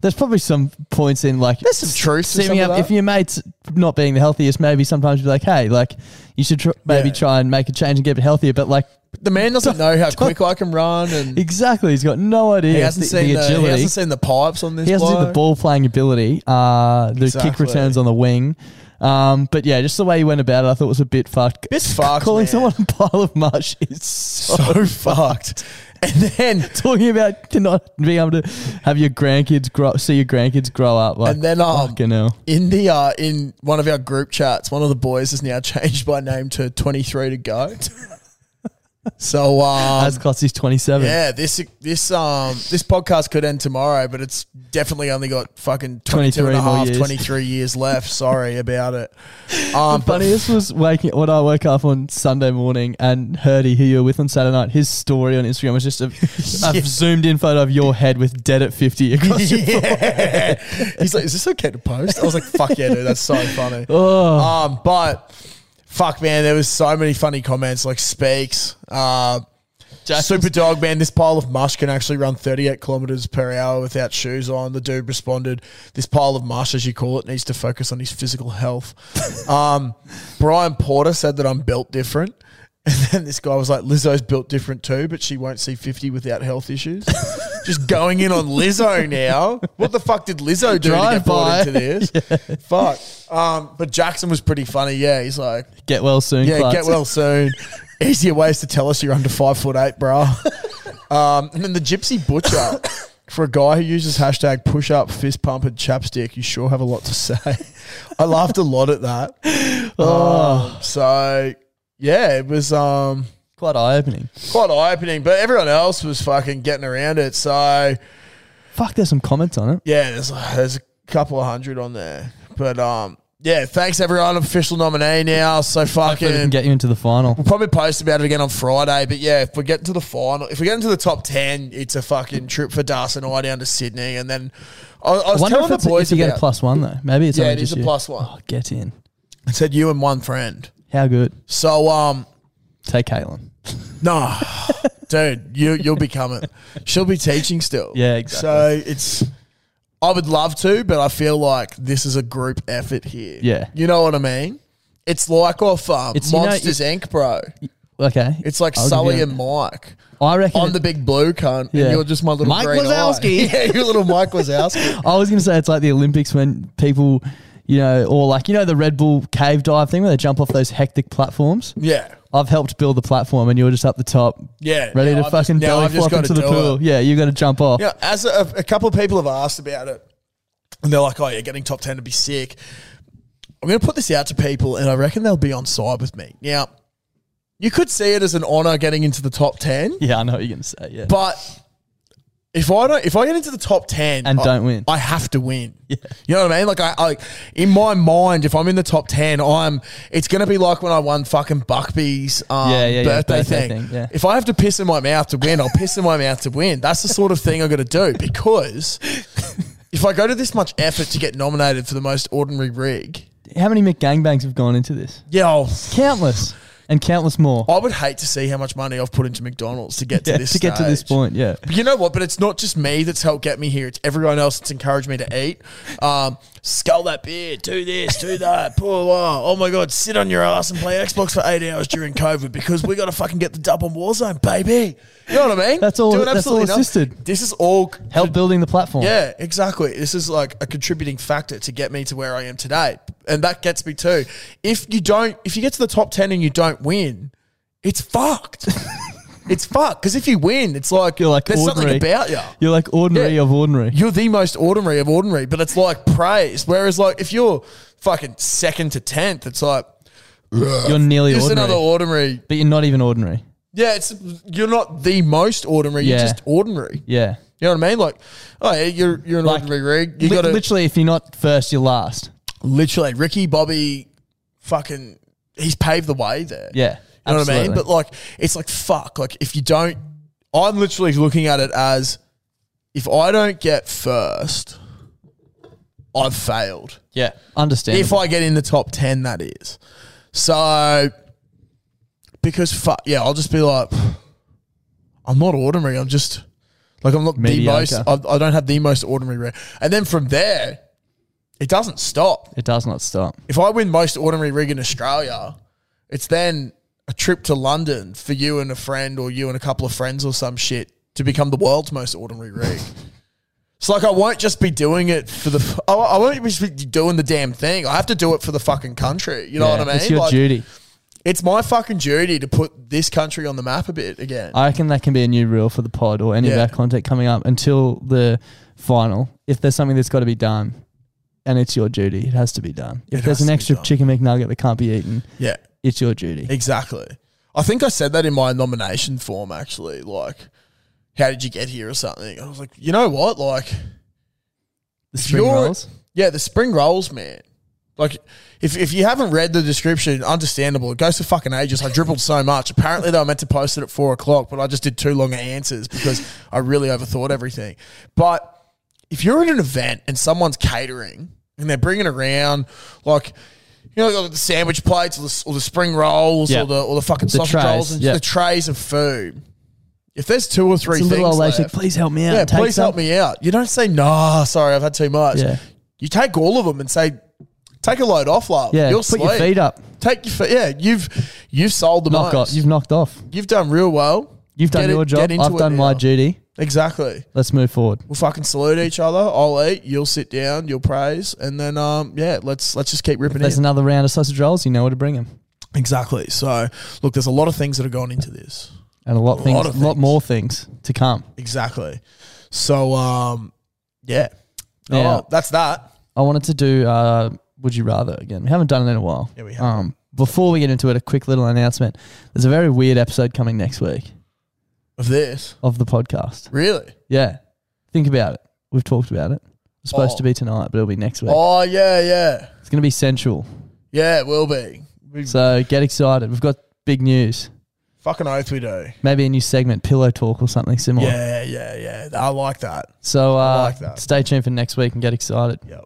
Speaker 1: there's probably some points in like
Speaker 2: There's some truth to some
Speaker 1: Seeming
Speaker 2: of
Speaker 1: up,
Speaker 2: that.
Speaker 1: if your mates not being the healthiest, maybe sometimes you're like, hey, like you should tr- maybe
Speaker 2: Yeah.
Speaker 1: try and make a change and get a bit healthier. But like,
Speaker 2: the man doesn't know how quick I can run, and
Speaker 1: exactly, he's got no idea.
Speaker 2: he hasn't
Speaker 1: the,
Speaker 2: seen
Speaker 1: the
Speaker 2: the,
Speaker 1: agility.
Speaker 2: he hasn't seen the pipes on this.
Speaker 1: He hasn't seen the
Speaker 2: bloke.
Speaker 1: ball playing ability, uh, the kick
Speaker 2: Exactly.
Speaker 1: returns on the wing. Um, but yeah, just the way he went about it, I thought was a bit fucked.
Speaker 2: Bit fucked,
Speaker 1: Calling
Speaker 2: man.
Speaker 1: someone a pile of mush is so
Speaker 2: So fucked. And then
Speaker 1: talking about to not being able to have your grandkids grow, see your grandkids grow up. Like,
Speaker 2: And then, um,
Speaker 1: fucking hell.
Speaker 2: in the uh, in one of our group chats, one of the boys has now changed my name to twenty three to go. so um,
Speaker 1: as Klotzy's twenty seven.
Speaker 2: yeah, this this um this podcast could end tomorrow, but it's definitely only got fucking 22
Speaker 1: 23
Speaker 2: and a
Speaker 1: more
Speaker 2: half,
Speaker 1: years.
Speaker 2: 23 years left. Sorry about it. Um, but
Speaker 1: Funniest was waking when I woke up on Sunday morning and Herdy, who you were with on Saturday night, his story on Instagram was just a, a zoomed in photo of your head with dead at fifty across your
Speaker 2: yeah. He's like, is this okay to post? I was like, fuck yeah, dude, that's so funny. Um, but fuck, man, there was so many funny comments like speaks. Uh, Super dog, man, this pile of mush can actually run 38 kilometers per hour without shoes on. The dude responded, this pile of mush, as you call it, needs to focus on his physical health. um, Brian Porter said that I'm built different. And then this guy was like, Lizzo's built different too, but she won't see 50 without health issues. Just going in on Lizzo now. What the fuck did Lizzo do to
Speaker 1: Drive
Speaker 2: get brought
Speaker 1: by.
Speaker 2: into this? Fuck. Um, but Jackson was pretty funny. Yeah, he's like,
Speaker 1: Get well soon.
Speaker 2: yeah,
Speaker 1: Klotz.
Speaker 2: get well soon. Easier ways to tell us you're under five foot eight, bro. Um, and then the gypsy butcher for a guy who uses hashtag push up, fist pump, and chapstick. You sure have a lot to say. I laughed a lot at that. Um, so yeah, it was um,
Speaker 1: Quite eye opening.
Speaker 2: quite eye opening. But everyone else was fucking getting around it. So
Speaker 1: Fuck, there's some comments on it.
Speaker 2: yeah, there's there's a couple of hundred on there. But um, yeah, thanks everyone. Official nominee now. So
Speaker 1: Hopefully, we
Speaker 2: fucking
Speaker 1: can get you into the final.
Speaker 2: We'll probably post about it again on Friday. But yeah, if we get to the final, if we get into the top ten, it's a fucking trip for Das and I down to Sydney. And then I, I
Speaker 1: I
Speaker 2: was
Speaker 1: wonder
Speaker 2: telling
Speaker 1: if,
Speaker 2: the
Speaker 1: it's,
Speaker 2: boys
Speaker 1: if you get
Speaker 2: about.
Speaker 1: a plus one though. Maybe it's
Speaker 2: Yeah,
Speaker 1: only
Speaker 2: it is
Speaker 1: just
Speaker 2: a
Speaker 1: you.
Speaker 2: plus one.
Speaker 1: Oh, get in.
Speaker 2: I said you and one friend.
Speaker 1: How good?
Speaker 2: So um,
Speaker 1: Take Caitlin.
Speaker 2: no, dude, you you'll be coming. She'll be teaching still.
Speaker 1: Yeah, exactly.
Speaker 2: So it's. I would love to, but I feel like this is a group effort here.
Speaker 1: Yeah.
Speaker 2: you know what I mean. It's like off um,
Speaker 1: It's, you know,
Speaker 2: Monsters Inc, bro.
Speaker 1: Okay.
Speaker 2: It's like
Speaker 1: I'll give
Speaker 2: Sully
Speaker 1: you-
Speaker 2: and Mike.
Speaker 1: I reckon.
Speaker 2: I'm the big blue cunt,
Speaker 1: Yeah.
Speaker 2: and you're just my little
Speaker 1: Mike
Speaker 2: green eye.
Speaker 1: Wazowski.
Speaker 2: yeah, you're little Mike Wazowski.
Speaker 1: I was going to say it's like the Olympics when people, you know, or like you know the Red Bull cave dive thing where they jump off those hectic platforms.
Speaker 2: Yeah,
Speaker 1: I've helped build the platform, and you're just up the top,
Speaker 2: yeah.
Speaker 1: ready
Speaker 2: now
Speaker 1: to
Speaker 2: I've
Speaker 1: fucking
Speaker 2: just, now
Speaker 1: belly
Speaker 2: I've just
Speaker 1: flop
Speaker 2: got
Speaker 1: into
Speaker 2: to
Speaker 1: the
Speaker 2: do
Speaker 1: pool.
Speaker 2: It.
Speaker 1: Yeah, you got to jump off.
Speaker 2: Yeah, as a, a couple of people have asked about it, and they're like, "Oh, you're getting top ten to be sick." I'm going to put this out to people, and I reckon they'll be on side with me. Now, you could see it as an honor getting into the top ten,
Speaker 1: Yeah, I know what you're going to say. Yeah,
Speaker 2: but if I don't, if I get into the top ten
Speaker 1: And
Speaker 2: I-
Speaker 1: don't win.
Speaker 2: I have to win. You know what I mean? Like I, I, in my mind, if I'm in the top ten, I'm. It's gonna be like when I won fucking Buckby's um,
Speaker 1: Yeah, yeah, yeah,
Speaker 2: birthday,
Speaker 1: birthday
Speaker 2: thing.
Speaker 1: thing, yeah.
Speaker 2: If I have to piss in my mouth to win, I'll piss in my mouth to win. That's the sort of thing I got to do because if I go to this much effort to get nominated for the most ordinary rig,
Speaker 1: how many McGangbangs have gone into this?
Speaker 2: yeah, oh. I'll,
Speaker 1: Countless and countless more.
Speaker 2: I would hate to see how much money I've put into McDonald's to get to
Speaker 1: Yeah, to
Speaker 2: this
Speaker 1: get to this
Speaker 2: stage.
Speaker 1: point, yeah.
Speaker 2: You know what? But it's not just me that's helped get me here. It's everyone else that's encouraged me to eat. Um, scull that beer, do this, do that, pull on. Oh my God, sit on your ass and play Xbox for eight hours during COVID because we got to fucking get the dub on Warzone, baby. You know what I mean?
Speaker 1: That's all-
Speaker 2: Doing
Speaker 1: that's all
Speaker 2: absolutely nothing.
Speaker 1: assisted.
Speaker 2: This is all.
Speaker 1: Help building the platform.
Speaker 2: Yeah, exactly. This is like a contributing factor to get me to where I am today. And that gets me too. If you don't, if you get to the top 10 and you don't win, it's fucked. it's fucked. Because if you win, it's like,
Speaker 1: You're like
Speaker 2: there's
Speaker 1: ordinary.
Speaker 2: something about you
Speaker 1: You're like ordinary
Speaker 2: Yeah.
Speaker 1: of ordinary.
Speaker 2: you're the most ordinary of ordinary, but it's like praise. Whereas like if you're fucking second to tenth, it's like
Speaker 1: You're nearly
Speaker 2: just
Speaker 1: ordinary,
Speaker 2: another ordinary.
Speaker 1: but you're not even ordinary.
Speaker 2: Yeah, it's you're not the most ordinary.
Speaker 1: Yeah.
Speaker 2: You're just ordinary.
Speaker 1: Yeah,
Speaker 2: You know what I mean? Like, oh, yeah, you're you're an
Speaker 1: Like,
Speaker 2: ordinary rig. You
Speaker 1: Li-
Speaker 2: got to
Speaker 1: literally, if you're not first, you're last.
Speaker 2: literally Ricky Bobby, fucking, he's paved the way there.
Speaker 1: Yeah.
Speaker 2: You know what I mean?
Speaker 1: Absolutely.
Speaker 2: But like, it's like fuck. Like if you don't, I'm literally looking at it as if I don't get first, I've failed.
Speaker 1: Yeah, understand.
Speaker 2: If I get in the top 10, that is. So, because fuck, yeah, I'll just be like, I'm not ordinary. I'm just, like, I'm not
Speaker 1: Mediocre.
Speaker 2: the most, I, I don't have the most ordinary rig. And then from there, it doesn't stop.
Speaker 1: it does not stop.
Speaker 2: If I win most ordinary rig in Australia, it's then a trip to London for you and a friend or you and a couple of friends or some shit to become the world's most ordinary rig. It's like I won't just be doing it for the. I I won't just be doing the damn thing. I have to do it for the fucking country. You know
Speaker 1: Yeah,
Speaker 2: what I mean?
Speaker 1: It's your
Speaker 2: Like,
Speaker 1: duty.
Speaker 2: It's my fucking duty to put this country on the map a bit again.
Speaker 1: I reckon that can be a new rule for the pod or any of
Speaker 2: Yeah.
Speaker 1: our content coming up until the final. If there's something that's got to be done, and it's your duty, it has to be done. If
Speaker 2: It
Speaker 1: there's
Speaker 2: has
Speaker 1: an
Speaker 2: to be
Speaker 1: extra
Speaker 2: done.
Speaker 1: chicken McNugget that can't be eaten,
Speaker 2: yeah,
Speaker 1: it's your duty.
Speaker 2: exactly. I think I said that in my nomination form actually. Like, how did you get here or something? I was like, you know what? Like,
Speaker 1: The
Speaker 2: if
Speaker 1: spring
Speaker 2: you're-
Speaker 1: rolls.
Speaker 2: Yeah, the spring rolls, man. Like, if, if you haven't read the description, understandable. It goes for fucking ages. I dribbled so much. Apparently, they were meant to post it at four o'clock, but I just did too long answers because I really overthought everything. But if you're at an event and someone's catering and they're bringing around, like, you know, like the sandwich plates or the, or the spring rolls
Speaker 1: Yeah.
Speaker 2: or the or the fucking
Speaker 1: The
Speaker 2: sausage
Speaker 1: trays,
Speaker 2: rolls and
Speaker 1: yeah.
Speaker 2: the trays of food. If there's two or three
Speaker 1: It's
Speaker 2: things,
Speaker 1: a little old lady.
Speaker 2: left-
Speaker 1: Please help me out.
Speaker 2: yeah,
Speaker 1: Take
Speaker 2: please help
Speaker 1: some."
Speaker 2: me out. You don't say, nah, sorry, I've had too much.
Speaker 1: Yeah.
Speaker 2: You take all of them and say, take a load off, love.
Speaker 1: Yeah,
Speaker 2: You're
Speaker 1: put your
Speaker 2: sweet.
Speaker 1: feet up.
Speaker 2: Take your feet. Yeah, you've you've sold the
Speaker 1: Knock off.
Speaker 2: most.
Speaker 1: You've knocked off.
Speaker 2: You've done real well.
Speaker 1: You've done
Speaker 2: Get it-
Speaker 1: your
Speaker 2: get
Speaker 1: job.
Speaker 2: into
Speaker 1: I've
Speaker 2: it
Speaker 1: done my
Speaker 2: now.
Speaker 1: duty.
Speaker 2: Exactly.
Speaker 1: Let's move forward.
Speaker 2: We'll fucking salute each other. I'll eat. You'll sit down. You'll praise, and then um yeah, let's let's just keep ripping
Speaker 1: There's
Speaker 2: in.
Speaker 1: another round of sausage rolls. You know where to bring them.
Speaker 2: exactly. So look, there's a lot of things that have gone into this.
Speaker 1: And a lot, things,
Speaker 2: lot of
Speaker 1: lot
Speaker 2: things.
Speaker 1: more things to come.
Speaker 2: Exactly. So um yeah,
Speaker 1: Yeah.
Speaker 2: Oh, that's that.
Speaker 1: I wanted to do uh, Would You Rather again. We haven't done it in a while.
Speaker 2: Yeah, we haven't.
Speaker 1: um, before we get into it, a quick little announcement. There's a very weird episode coming next week
Speaker 2: Of this,
Speaker 1: of the podcast.
Speaker 2: really?
Speaker 1: Yeah. Think about it. We've talked about it. It's supposed
Speaker 2: Oh.
Speaker 1: to be tonight, but it'll be next week.
Speaker 2: Oh yeah, yeah,
Speaker 1: It's going to be sensual.
Speaker 2: yeah. It will be. We
Speaker 1: So get excited. We've got big news.
Speaker 2: fucking oath we do.
Speaker 1: Maybe a new segment, Pillow Talk or something similar.
Speaker 2: Yeah, yeah, yeah. I like that.
Speaker 1: So uh,
Speaker 2: I like that.
Speaker 1: stay tuned for next week and get excited.
Speaker 2: Yep.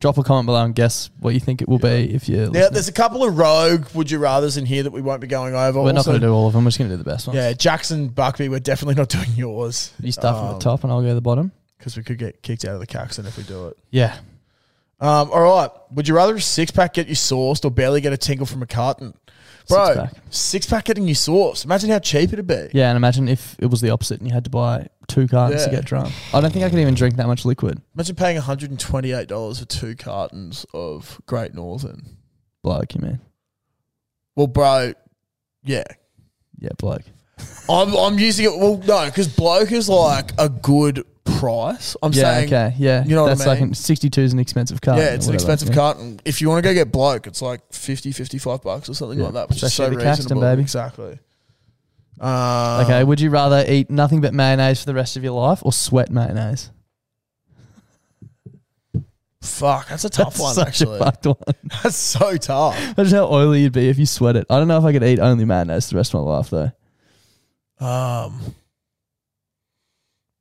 Speaker 1: Drop a comment below and guess what you think it will be if you.
Speaker 2: Now, there's a couple of rogue would you rather's in here that we won't be going over.
Speaker 1: We're not
Speaker 2: Also,
Speaker 1: going to do all of them. We're just going to do the best ones.
Speaker 2: Yeah, Jackson Buckby, we're definitely not doing yours Um,
Speaker 1: You start from the top and I'll go to the bottom.
Speaker 2: because we could get kicked out of the Caxton if we do it.
Speaker 1: Yeah.
Speaker 2: Um, all right. Would you rather a six pack get you sourced or barely get a tingle from a carton? Bro, six pack,
Speaker 1: Six-pack.
Speaker 2: getting you sourced. Imagine how cheap it'd be.
Speaker 1: Yeah, and imagine if it was the opposite and you had to buy two cartons to
Speaker 2: Yeah.
Speaker 1: get drunk. I don't think I could even drink that much liquid.
Speaker 2: Imagine paying $128 for two cartons of Great Northern.
Speaker 1: Bloke, you mean?
Speaker 2: Well, bro, yeah.
Speaker 1: Yeah, bloke.
Speaker 2: I'm, I'm using it. Well, no, because bloke is like a good price. I'm
Speaker 1: yeah,
Speaker 2: saying.
Speaker 1: okay. Yeah.
Speaker 2: you know what I
Speaker 1: That's
Speaker 2: mean?
Speaker 1: like an, 62 is an expensive carton.
Speaker 2: yeah, it's
Speaker 1: or
Speaker 2: an
Speaker 1: whatever.
Speaker 2: expensive
Speaker 1: Yeah.
Speaker 2: carton. If you want to go get bloke, it's like 50, 55 bucks or something
Speaker 1: Yeah,
Speaker 2: like that, which is so
Speaker 1: especially
Speaker 2: reasonable.
Speaker 1: the Caxton, baby.
Speaker 2: Exactly. Uh,
Speaker 1: Okay, would you rather eat nothing but mayonnaise for the rest of your life or sweat mayonnaise?
Speaker 2: Fuck, that's a tough
Speaker 1: That's
Speaker 2: one,
Speaker 1: such
Speaker 2: actually.
Speaker 1: a fucked one.
Speaker 2: That's so tough.
Speaker 1: Imagine how oily you'd be if you sweat it. I don't know if I could eat only mayonnaise the rest of my life, though.
Speaker 2: Um,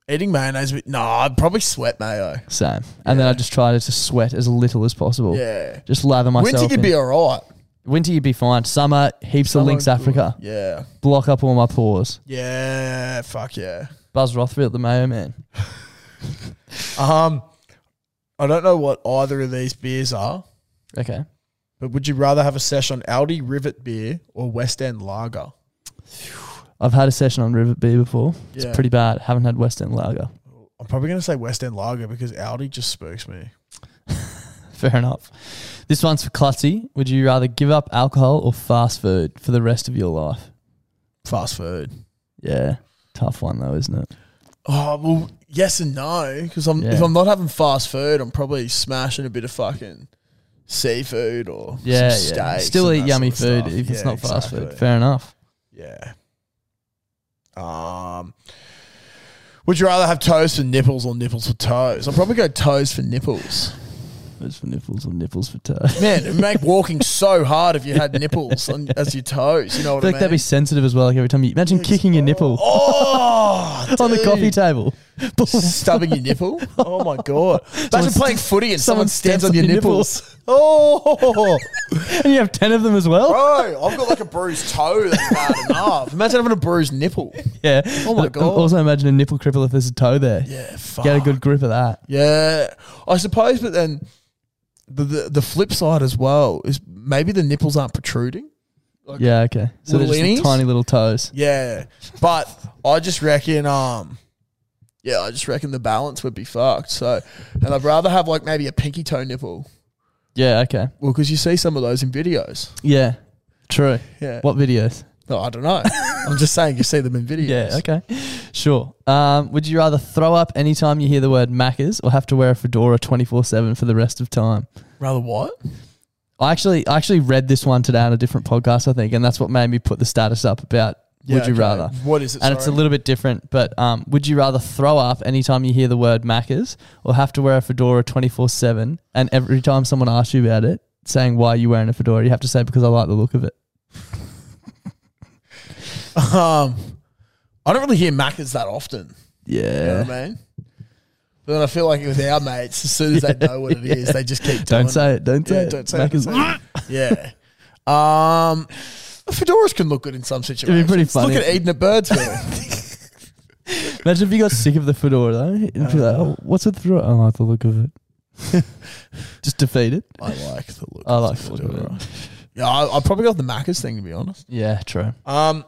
Speaker 2: eating mayonnaise with. Nah, I'd probably sweat mayo.
Speaker 1: Same. And then
Speaker 2: Yeah.
Speaker 1: I just try to just sweat as little as possible.
Speaker 2: Yeah.
Speaker 1: Just lather myself.
Speaker 2: Winter, you'd
Speaker 1: in.
Speaker 2: be all right.
Speaker 1: Winter, you'd be fine. Summer, heaps of links Africa.
Speaker 2: Yeah.
Speaker 1: Block up all my pores.
Speaker 2: Yeah. Fuck yeah.
Speaker 1: Buzz Rothfield, the Mayo Man.
Speaker 2: Um, I don't know what either of these beers are,
Speaker 1: Okay.
Speaker 2: but would you rather have a sesh on Aldi Rivet beer or West End Lager?
Speaker 1: I've had a session on Rivet Beer before. It's
Speaker 2: Yeah.
Speaker 1: pretty bad. Haven't had West End Lager.
Speaker 2: I'm probably going to say West End Lager because Aldi just spooks me.
Speaker 1: Fair enough. This one's for Klutzy. Would you rather give up alcohol or fast food for the rest of your life?
Speaker 2: Fast food.
Speaker 1: Yeah. Tough one, though, isn't it?
Speaker 2: Oh well, yes and no. Because I'm
Speaker 1: Yeah.
Speaker 2: if I'm not having fast food, I'm probably smashing a bit of fucking seafood or
Speaker 1: Yeah.
Speaker 2: some
Speaker 1: yeah.
Speaker 2: steaks
Speaker 1: Still
Speaker 2: and
Speaker 1: eat
Speaker 2: that
Speaker 1: yummy
Speaker 2: sort of
Speaker 1: food
Speaker 2: stuff.
Speaker 1: if it's
Speaker 2: Yeah,
Speaker 1: not fast food.
Speaker 2: exactly.
Speaker 1: Fair enough.
Speaker 2: Yeah. Um, would you rather have toes for nipples or nipples for toes? I'll probably go toes for nipples.
Speaker 1: Nippers for nipples or nipples for toes.
Speaker 2: Man, it'd make walking so hard if you had nipples on, as your toes. You know
Speaker 1: I
Speaker 2: what
Speaker 1: feel
Speaker 2: I mean?
Speaker 1: like that'd be sensitive as well. Like every time you imagine kicking your nipple
Speaker 2: oh,
Speaker 1: on the
Speaker 2: dude.
Speaker 1: coffee table.
Speaker 2: Stubbing your nipple? Oh my god! Imagine
Speaker 1: Someone
Speaker 2: playing
Speaker 1: st-
Speaker 2: footy and someone,
Speaker 1: someone
Speaker 2: stands
Speaker 1: stamps
Speaker 2: on
Speaker 1: on
Speaker 2: your
Speaker 1: your
Speaker 2: nipples. Oh,
Speaker 1: and you have 10 of them as well?
Speaker 2: bro! I've got like a bruised toe. That's bad enough. Imagine having a bruised nipple.
Speaker 1: Yeah.
Speaker 2: Oh my
Speaker 1: Al-
Speaker 2: God.
Speaker 1: Also imagine a nipple cripple if there's a toe there.
Speaker 2: Yeah, fuck.
Speaker 1: Get a good grip of that.
Speaker 2: Yeah, I suppose. But then the, the the flip side as well is maybe the nipples aren't protruding.
Speaker 1: Yeah, okay. So they're
Speaker 2: Little
Speaker 1: just the
Speaker 2: innies?
Speaker 1: tiny little toes.
Speaker 2: Yeah, but I just reckon, um, yeah, I just reckon the balance would be fucked. So, and I'd rather have like maybe a pinky toe nipple.
Speaker 1: Yeah, okay.
Speaker 2: Well, because you see some of those in videos.
Speaker 1: Yeah. True.
Speaker 2: Yeah.
Speaker 1: What videos?
Speaker 2: No, I don't know. I'm just saying you see them in videos.
Speaker 1: Yeah, okay. Sure. Um, would you rather throw up anytime you hear the word Maccas or have to wear a fedora 24 7 for the rest of time?
Speaker 2: Rather what?
Speaker 1: I actually I actually read this one today on a different podcast, I think, and that's what made me put the status up about
Speaker 2: Yeah,
Speaker 1: would you
Speaker 2: okay.
Speaker 1: rather.
Speaker 2: What is it?
Speaker 1: And it's a
Speaker 2: sorry?
Speaker 1: little bit different, but um, would you rather throw up anytime you hear the word Maccas or have to wear a fedora 24 7 and every time someone asks you about it, saying why are you wearing a fedora, you have to say because I like the look of it?
Speaker 2: Um, I don't really hear Maccas that often. You know
Speaker 1: Yeah.
Speaker 2: what I mean? But then I feel like with our mates, as soon as they know what it is, they just keep doing
Speaker 1: Don't say it. Don't say
Speaker 2: Yeah,
Speaker 1: it.
Speaker 2: don't say
Speaker 1: Maccas-
Speaker 2: it. don't say it. yeah. Um, fedoras can look good in some situations.
Speaker 1: pretty funny.
Speaker 2: Look at Eden at Birdsville.
Speaker 1: Imagine if you got sick of the fedora though. It'd be like,
Speaker 2: Uh,
Speaker 1: oh, what's it through? I like the look of it. Just defeat it.
Speaker 2: I like the look.
Speaker 1: I
Speaker 2: of
Speaker 1: like
Speaker 2: the
Speaker 1: the look of
Speaker 2: fedora.
Speaker 1: it.
Speaker 2: Yeah, I, I probably got the Maccas thing to be honest.
Speaker 1: Yeah, true.
Speaker 2: Um,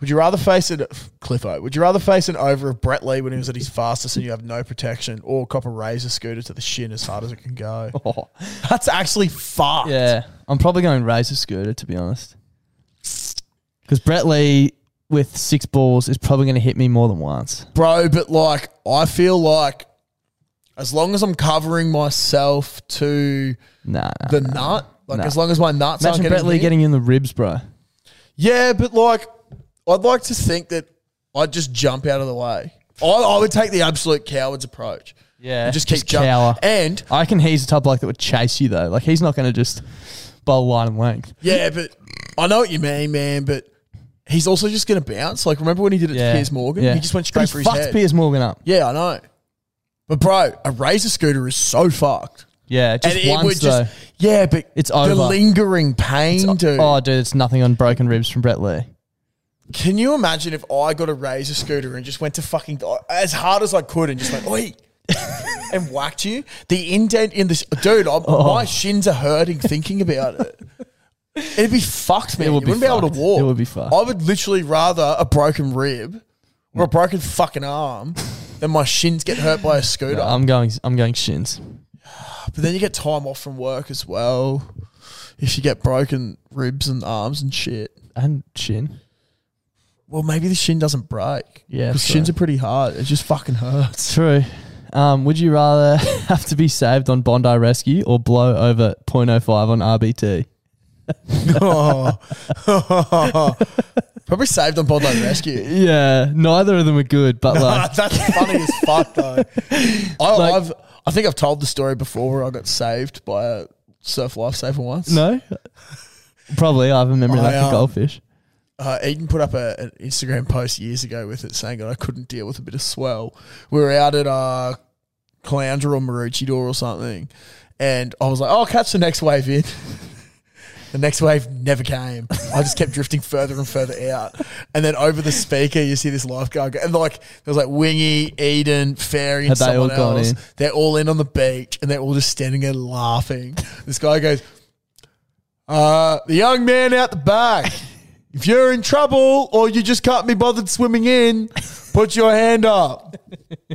Speaker 2: would you rather face an Cliffo? Would you rather face an over of Brett Lee when he was at his fastest and you have no protection, or cop a razor scooter to the shin as hard as it can go? That's actually fucked.
Speaker 1: Yeah, I'm probably going Razor Scooter to be honest, because Brett Lee with six balls is probably going to hit me more than once.
Speaker 2: bro. But like, I feel like as long as I'm covering myself to
Speaker 1: Nah, nah.
Speaker 2: the nut, like
Speaker 1: Nah.
Speaker 2: as long as my nuts
Speaker 1: Imagine
Speaker 2: aren't
Speaker 1: Brett
Speaker 2: getting,
Speaker 1: Lee
Speaker 2: hit-
Speaker 1: getting you in the ribs, bro.
Speaker 2: Yeah, but like, I'd like to think that I'd just jump out of the way. I, I would take the absolute coward's approach.
Speaker 1: Yeah,
Speaker 2: And just keep
Speaker 1: cower.
Speaker 2: jumping. And
Speaker 1: I can. He's the type of bloke that would chase you though. Like he's not going to just bowl line and length.
Speaker 2: Yeah, but I know what you mean, man. But he's also just going to bounce. Like, remember when he did it to Piers Morgan?
Speaker 1: Yeah.
Speaker 2: He just went straight
Speaker 1: He's
Speaker 2: for his
Speaker 1: fucked
Speaker 2: head.
Speaker 1: Piers Morgan up.
Speaker 2: Yeah, I know. But bro, a razor scooter is so fucked.
Speaker 1: Yeah, just once though.
Speaker 2: yeah, but
Speaker 1: It's
Speaker 2: the
Speaker 1: over.
Speaker 2: lingering pain, dude.
Speaker 1: Oh, dude, it's nothing on broken ribs from Brett Lee.
Speaker 2: Can you imagine if I got a razor scooter and just went to fucking as hard as I could and just went oi. And whacked you. The indent in this, dude. I'm,
Speaker 1: Oh.
Speaker 2: My shins are hurting thinking about it. It'd be fucked, man.
Speaker 1: It
Speaker 2: you
Speaker 1: would be
Speaker 2: wouldn't be able
Speaker 1: fucked.
Speaker 2: to walk.
Speaker 1: It would be fucked.
Speaker 2: I would literally rather a broken rib or a broken fucking arm than my shins get hurt by a scooter.
Speaker 1: I'm going. I'm going shins.
Speaker 2: But then you get time off from work as well. If you get broken ribs and arms and shit.
Speaker 1: And chin.
Speaker 2: Well, maybe the shin doesn't break.
Speaker 1: Yeah,
Speaker 2: Because
Speaker 1: that's
Speaker 2: shins are
Speaker 1: right.
Speaker 2: pretty hard. It just fucking hurts.
Speaker 1: True. Um, would you rather have to be saved on Bondi Rescue or blow over 0.05 on RBT?
Speaker 2: Probably saved on Bondi Rescue.
Speaker 1: Yeah, neither of them are good, but like,
Speaker 2: That's funny as fuck, though. I,
Speaker 1: Like-
Speaker 2: I've, I think I've told the story before where I got saved by a surf lifesaver once.
Speaker 1: no? Probably. I have a memory
Speaker 2: I,
Speaker 1: like a
Speaker 2: um,
Speaker 1: goldfish.
Speaker 2: uh, Eden put up a, an Instagram post years ago with it saying that I couldn't deal with a bit of swell. We were out at uh, Caloundra or Maroochydore or something, and I was like, oh, I'll catch the next wave in. the next wave never came. I just kept drifting further and further out. And then over the speaker, you see this lifeguard. Go, and like, there was like Wingy, Eden, Fairy, and
Speaker 1: Had they all
Speaker 2: someone
Speaker 1: gone
Speaker 2: else.
Speaker 1: in?
Speaker 2: They're all in on the beach and they're all just standing there laughing. This guy goes, uh, the young man out the back. If you're in trouble or you just can't be bothered swimming in, put your hand up.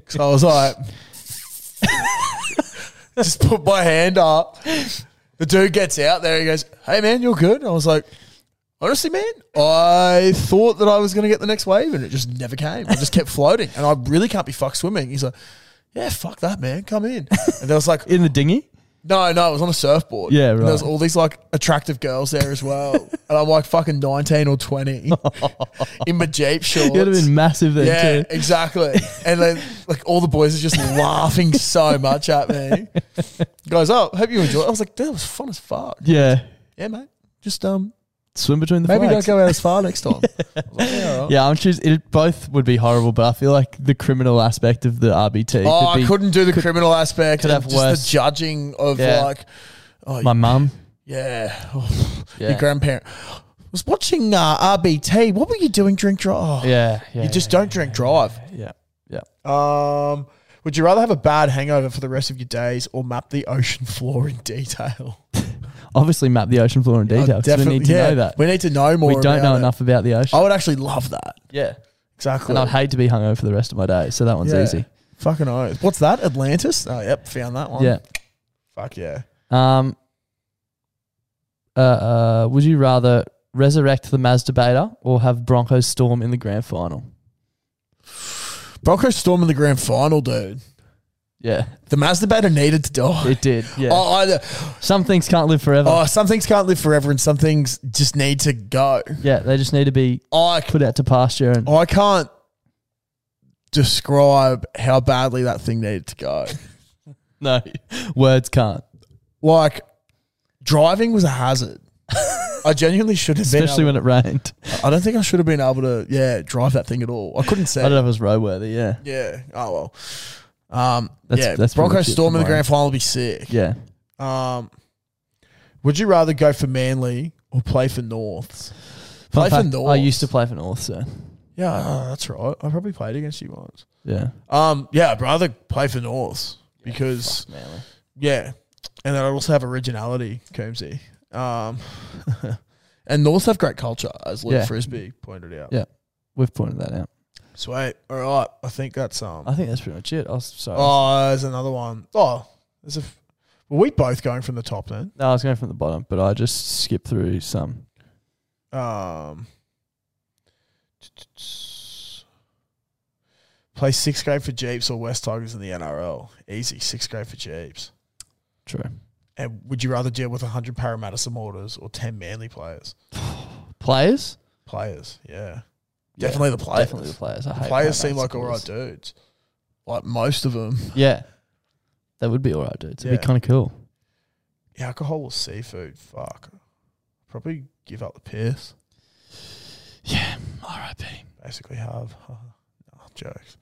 Speaker 2: So I was like, just put my hand up. The dude gets out there. He goes, "Hey man, you're good." I was like, "Honestly, man, I thought that I was going to get the next wave, and it just never came. I just kept floating, and I really can't be fuck swimming." He's like, "Yeah, fuck that, man. Come in." And I was like,
Speaker 1: In the dinghy?
Speaker 2: no, no, it was on a surfboard.
Speaker 1: Yeah,
Speaker 2: And there was
Speaker 1: right.
Speaker 2: all these like attractive girls there as well, and I'm like fucking nineteen or twenty in my jeep shorts.
Speaker 1: It would have been massive then,
Speaker 2: yeah,
Speaker 1: too.
Speaker 2: exactly. And then like all the boys are just laughing so much at me. Guys up. Hope you enjoy. I was like, that was fun as fuck.
Speaker 1: Yeah.
Speaker 2: Yeah, mate. Just um,
Speaker 1: Swim between the
Speaker 2: maybe
Speaker 1: flags.
Speaker 2: don't go out as far next time. I was like, yeah, all right.
Speaker 1: Yeah, I'm choos- it both would be horrible, but I feel like the criminal aspect of the RBT.
Speaker 2: Oh,
Speaker 1: could be
Speaker 2: I couldn't do the criminal aspect.
Speaker 1: could
Speaker 2: and
Speaker 1: have
Speaker 2: just
Speaker 1: worse.
Speaker 2: the judging of
Speaker 1: Yeah.
Speaker 2: like, oh
Speaker 1: My mum.
Speaker 2: yeah,
Speaker 1: Yeah.
Speaker 2: your grandparent. I was watching uh, RBT. What were you doing? Drink drive. Oh,
Speaker 1: yeah, yeah.
Speaker 2: you just don't drink drive.
Speaker 1: Yeah, yeah.
Speaker 2: Um, would you rather have a bad hangover for the rest of your days or map the ocean floor in detail?
Speaker 1: Obviously, map the ocean floor in
Speaker 2: I
Speaker 1: detail because we
Speaker 2: definitely-
Speaker 1: need to
Speaker 2: yeah,
Speaker 1: know that.
Speaker 2: We need to know more.
Speaker 1: We don't
Speaker 2: about
Speaker 1: know
Speaker 2: it.
Speaker 1: enough about the ocean.
Speaker 2: I would actually love that.
Speaker 1: yeah.
Speaker 2: Exactly.
Speaker 1: And I'd hate to be hungover for the rest of my day, so that one's
Speaker 2: Yeah.
Speaker 1: easy.
Speaker 2: Fucking oath. What's that? Atlantis? Oh, yep. Found that one.
Speaker 1: Yeah.
Speaker 2: Fuck yeah.
Speaker 1: Um. Uh, uh, would you rather resurrect the Mazda or have Broncos storm in the grand final?
Speaker 2: Broncos storm in the grand final, dude.
Speaker 1: Yeah,
Speaker 2: The Mazda needed to die.
Speaker 1: it did. Yeah,
Speaker 2: Oh, I,
Speaker 1: some things can't live forever.
Speaker 2: oh, some things can't live forever and some things just need to go.
Speaker 1: yeah, they just need to be
Speaker 2: I, c-
Speaker 1: put out to pasture and
Speaker 2: I can't describe how badly that thing needed to go.
Speaker 1: no words can't.
Speaker 2: Like, driving was a hazard. I genuinely should have been.
Speaker 1: Especially
Speaker 2: able-
Speaker 1: when it rained.
Speaker 2: I don't think I should have been able to, yeah, drive that thing at all. I couldn't see.
Speaker 1: I don't know if it was roadworthy. Yeah,
Speaker 2: Yeah. Oh well. Um.
Speaker 1: That's-
Speaker 2: yeah.
Speaker 1: that's pretty much
Speaker 2: Broncos
Speaker 1: it
Speaker 2: storm in the
Speaker 1: tomorrow.
Speaker 2: grand final would be sick.
Speaker 1: yeah.
Speaker 2: Um. Would you rather go for Manly or play for Norths? Play
Speaker 1: Fun fact,
Speaker 2: for North.
Speaker 1: I used to play for North, so
Speaker 2: Yeah, oh, that's right. I probably played against you once.
Speaker 1: yeah.
Speaker 2: Um. Yeah, I'd rather play for Norths because yeah, and then I also have originality, Combsy. Um. and Norths have great culture, as Luke
Speaker 1: Yeah.
Speaker 2: Frisby pointed out.
Speaker 1: Yeah. We've pointed that out.
Speaker 2: Sweet. All right. I think that's um.
Speaker 1: I think that's pretty much it. I was sorry.
Speaker 2: Oh, there's another one. Oh, there's a. F- were we both going from the top then?
Speaker 1: No, I was going from the bottom, but I just skipped through some.
Speaker 2: Um, play sixth grade for Jeeps or West Tigers in the NRL. Easy, sixth grade for Jeeps.
Speaker 1: True.
Speaker 2: And would you rather deal with 100 Parramatta supporters or 10 Manly players?
Speaker 1: Players?
Speaker 2: Players, yeah. Definitely the players.
Speaker 1: Definitely the players. I
Speaker 2: The
Speaker 1: hate
Speaker 2: players
Speaker 1: Parramatta's
Speaker 2: seem like all right
Speaker 1: players.
Speaker 2: dudes. Like most of them.
Speaker 1: Yeah. That would be all right, dude. It'd
Speaker 2: Yeah.
Speaker 1: be kind of cool.
Speaker 2: Alcohol or seafood? Fuck. Probably give up the piss.
Speaker 1: Yeah. RIP.
Speaker 2: basically have. no, jokes.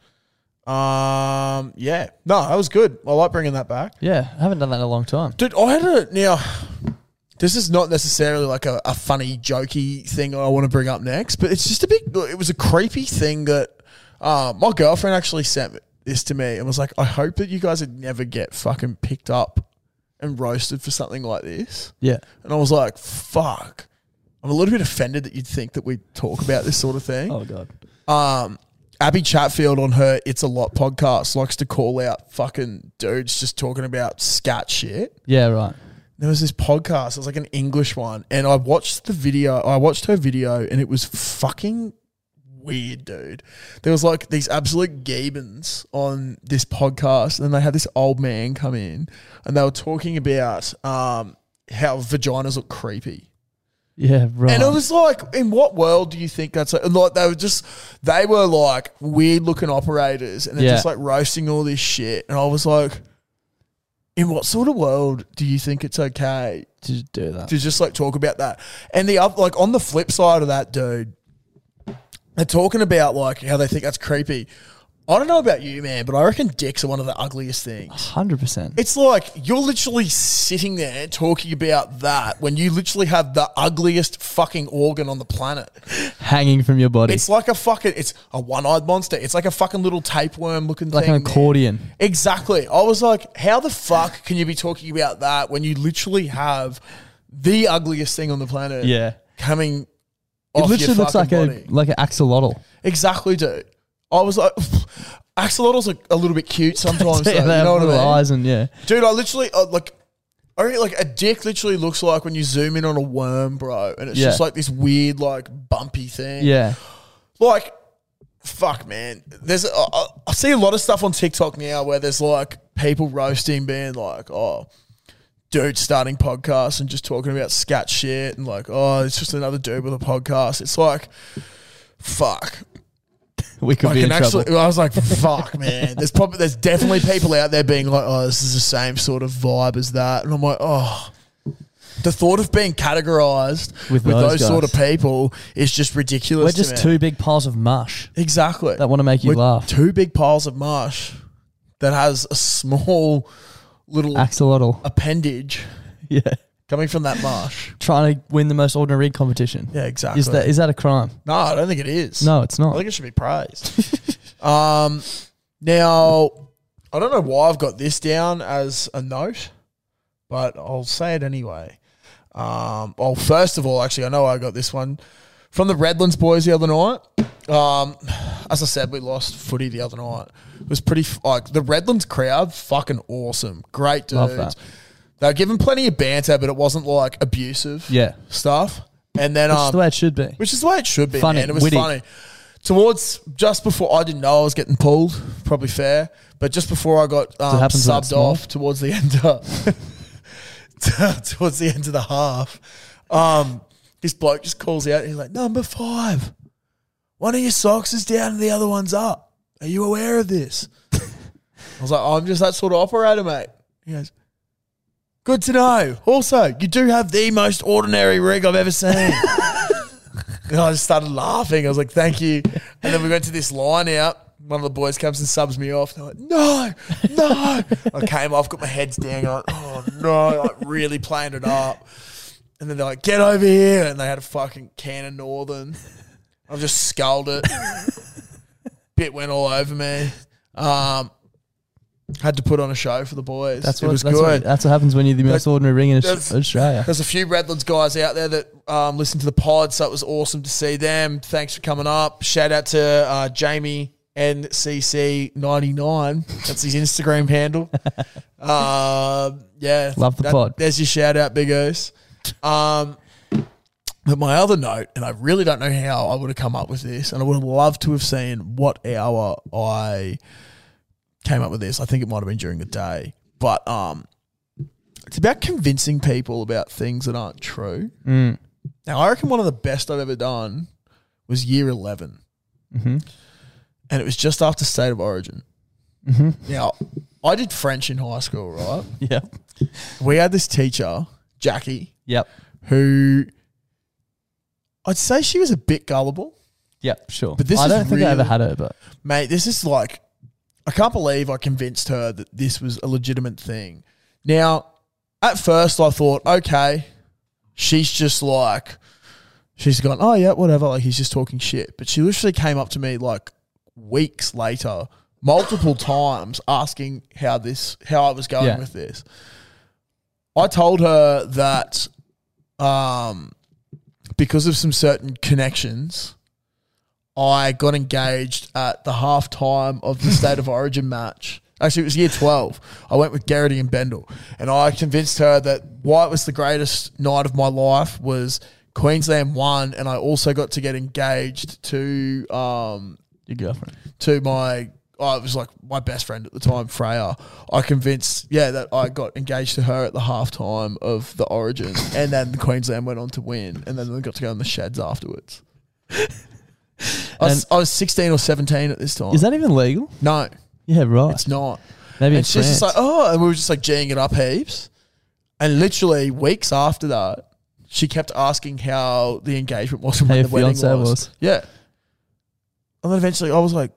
Speaker 2: Um, yeah, no, that was good. I like bringing that back,
Speaker 1: Yeah. I haven't done that in a long time.
Speaker 2: dude. I had a now. This is not necessarily like a, a funny, jokey thing I want to bring up next, but it's just a big. It was a creepy thing that uh, my girlfriend actually sent this to me and was like, "I hope that you guys would never get fucking picked up and roasted for something like this."
Speaker 1: Yeah.
Speaker 2: And I was like, "Fuck." I'm a little bit offended that you'd think that we talk about this sort of thing.
Speaker 1: Oh, God.
Speaker 2: um, Abby Chatfield on her It's a Lot podcast likes to call out fucking dudes just talking about scat shit.
Speaker 1: Yeah, right.
Speaker 2: There was this podcast, it was like an English one, and I watched the video, I watched her video, and it was fucking weird, dude. There was like these absolute Gibbons on this podcast, and they had this old man come in, and they were talking about um, how vaginas look creepy.
Speaker 1: Yeah, right.
Speaker 2: And it was like, in what world do you think that's like? and, Like they were just, they were like weird looking operators, and they're
Speaker 1: Yeah.
Speaker 2: just like roasting all this shit. And I was like, in what sort of world do you think it's okay
Speaker 1: to do that.
Speaker 2: to just like talk about that? And the other, like on the flip side of that, dude, they're talking about like how they think that's creepy. I don't know about you, man, but I reckon dicks are one of the ugliest things.
Speaker 1: 100%.
Speaker 2: It's like you're literally sitting there talking about that when you literally have the ugliest fucking organ on the planet.
Speaker 1: Hanging from your body.
Speaker 2: It's like a fucking, it's a one eyed monster. It's like a fucking little tapeworm looking
Speaker 1: like
Speaker 2: thing.
Speaker 1: an
Speaker 2: man.
Speaker 1: accordion.
Speaker 2: Exactly. I was like, how the fuck can you be talking about that when you literally have the ugliest thing on the planet
Speaker 1: Yeah.
Speaker 2: coming
Speaker 1: It
Speaker 2: off
Speaker 1: literally
Speaker 2: your
Speaker 1: looks like
Speaker 2: fucking body?
Speaker 1: a like an axolotl.
Speaker 2: Exactly, dude. I was like, axolotls are a little bit cute sometimes.
Speaker 1: yeah,
Speaker 2: though,
Speaker 1: they
Speaker 2: you
Speaker 1: have
Speaker 2: know what I
Speaker 1: little
Speaker 2: mean?
Speaker 1: eyes and yeah.
Speaker 2: Dude, I literally uh, like. I reckon, like a dick literally looks like when you zoom in on a worm, bro, and it's
Speaker 1: Yeah.
Speaker 2: just like this weird, like bumpy thing.
Speaker 1: Yeah.
Speaker 2: like fuck, man. There's I, I- I see a lot of stuff on TikTok now where there's like people roasting, being like, "Oh, dude, starting podcasts and just talking about scat shit," and like, "Oh, it's just another dude with a podcast." It's like, fuck.
Speaker 1: we could
Speaker 2: I
Speaker 1: be in
Speaker 2: can actually.
Speaker 1: trouble.
Speaker 2: I was like, "Fuck, man." There's probably there's definitely people out there being like, "Oh, this is the same sort of vibe as that," and I'm like, "Oh." The thought of being categorized with,
Speaker 1: With
Speaker 2: those,
Speaker 1: those
Speaker 2: sort of
Speaker 1: guys.
Speaker 2: people is just ridiculous.
Speaker 1: We're
Speaker 2: to
Speaker 1: just
Speaker 2: me.
Speaker 1: two big piles of mush
Speaker 2: exactly
Speaker 1: that want to make you
Speaker 2: We're
Speaker 1: laugh.
Speaker 2: Two big piles of marsh that has a small little
Speaker 1: Axolotl.
Speaker 2: appendage
Speaker 1: Yeah.
Speaker 2: coming from that marsh.
Speaker 1: Trying to win the most ordinary rig competition.
Speaker 2: Yeah, exactly.
Speaker 1: Is that is that a crime?
Speaker 2: no, I don't think it is.
Speaker 1: No, it's
Speaker 2: I
Speaker 1: not.
Speaker 2: think it should be praised. um, now, I don't know why I've got this down as a note, but I'll say it anyway. Um, well, first of all, actually, I know I got this one from the Redlands boys the other night. Um, as I said, we lost footy the other night. It was pretty f- like the Redlands crowd, fucking awesome, great dudes.
Speaker 1: Love that.
Speaker 2: They were given plenty of banter, but it wasn't like abusive
Speaker 1: Yeah.
Speaker 2: stuff. And then
Speaker 1: Which
Speaker 2: um,
Speaker 1: is the way it should be.
Speaker 2: which is the way it should be.
Speaker 1: Funny,
Speaker 2: man. It was
Speaker 1: witty.
Speaker 2: funny. Towards just before I didn't know I was getting pulled, probably fair, but just before I got um,
Speaker 1: happens when it's
Speaker 2: subbed off towards the end of towards the end of the half, um, this bloke just calls out. He's like, "Number five, one of your socks is down and the other one's up. Are you aware of this?" I was like, "I'm just that sort of operator, mate." He goes, "Good to know. Also, you do have the most ordinary rig I've ever seen." And I just started laughing. I was like, thank you. And then we went to this line out. One of the boys comes and subs me off. And I'm like, no, no. I came off, got my heads down. and I'm like, oh, no. Like, really playing it up. And then they're like, get over here. And they had a fucking can of Northern. I've just sculled it. Bit went all over me. Um, had to put on a show for the boys.
Speaker 1: That's
Speaker 2: it
Speaker 1: what,
Speaker 2: was
Speaker 1: that's,
Speaker 2: good.
Speaker 1: What, that's what happens when you're the most
Speaker 2: That-
Speaker 1: ordinary ring in
Speaker 2: that's-
Speaker 1: Aus- Australia.
Speaker 2: There's a few Redlands guys out there that um, listen to the pod, so it was awesome to see them. Thanks for coming up. Shout out to uh, Jamie NCC99. That's his Instagram handle. uh, yeah,
Speaker 1: Love the
Speaker 2: That-
Speaker 1: pod.
Speaker 2: There's your shout out, Big Oos. Um, but my other note, and I really don't know how I would have come up with this, and I would have loved to have seen what hour I came up with this. I think it might have been during the day, but um, it's about convincing people about things that aren't true. Now, I reckon one of the best I've ever done was year 11.
Speaker 1: Mm-hmm.
Speaker 2: And it was just after State of Origin. Now, I did French in high school, right?
Speaker 1: Mm-hmm. Yeah.
Speaker 2: We had this teacher, Jackie,
Speaker 1: Yep.
Speaker 2: who I'd say she was a bit gullible.
Speaker 1: Yep. Sure.
Speaker 2: But this
Speaker 1: I
Speaker 2: is
Speaker 1: don't think I ever
Speaker 2: really-
Speaker 1: had it, but
Speaker 2: Mate, this is like, I can't believe I convinced her that this was a legitimate thing. Now, at first I thought, okay, she's just like, she's gone, oh yeah, whatever, like he's just talking shit. But she literally came up to me like weeks later, multiple times asking how this, how I was going
Speaker 1: Yeah.
Speaker 2: with this. I told her that um, because of some certain connections, I got engaged at the halftime of the State of Origin match. Actually, it was year 12. I went with Garrity and Bendel, and I convinced her that why it was the greatest night of my life was Queensland won, and I also got to get engaged to um,
Speaker 1: your girlfriend.
Speaker 2: to my I was like my best friend at the time, Freya. I convinced, yeah, that I got engaged to her at the halftime of the Origin, and then the Queensland went on to win, and then they got to go in the sheds afterwards. I, was, I was sixteen or seventeen at this time.
Speaker 1: Is that even legal?
Speaker 2: Oh. no?
Speaker 1: Yeah. Right.
Speaker 2: It's not.
Speaker 1: Maybe in
Speaker 2: And she's just like,
Speaker 1: France.
Speaker 2: oh, and we were just like geeing it up heaps. And literally weeks after that, she kept asking how the engagement was and
Speaker 1: How
Speaker 2: when
Speaker 1: your
Speaker 2: the wedding was.
Speaker 1: fiancé was.
Speaker 2: Yeah. And then eventually I was like,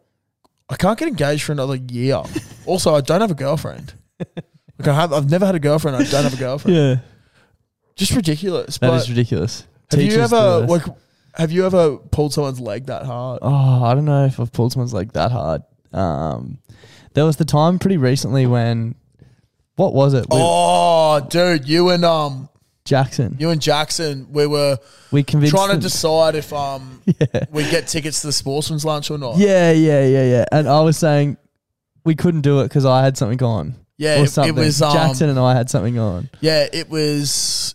Speaker 2: I can't get engaged for another year. also, I don't have a girlfriend. Like I have, I've never had a girlfriend. I don't have a girlfriend.
Speaker 1: Yeah.
Speaker 2: Just ridiculous.
Speaker 1: That is
Speaker 2: but
Speaker 1: ridiculous.
Speaker 2: have you
Speaker 1: Teachers do
Speaker 2: ever
Speaker 1: this.
Speaker 2: like, have you ever pulled someone's leg that hard?
Speaker 1: Oh, I don't know if I've pulled someone's leg that hard. Um, there was the time pretty recently when, what was it? With
Speaker 2: Oh, dude, you and um,
Speaker 1: Jackson.
Speaker 2: you and Jackson, we were
Speaker 1: we convinced
Speaker 2: trying
Speaker 1: them-
Speaker 2: to decide if um we get tickets to the sportsman's lunch or not.
Speaker 1: Yeah, yeah, yeah, yeah. And I was saying we couldn't do it because I had something on.
Speaker 2: Yeah,
Speaker 1: or
Speaker 2: it- it
Speaker 1: something.
Speaker 2: was, um,
Speaker 1: Jackson and I had something on.
Speaker 2: Yeah, it was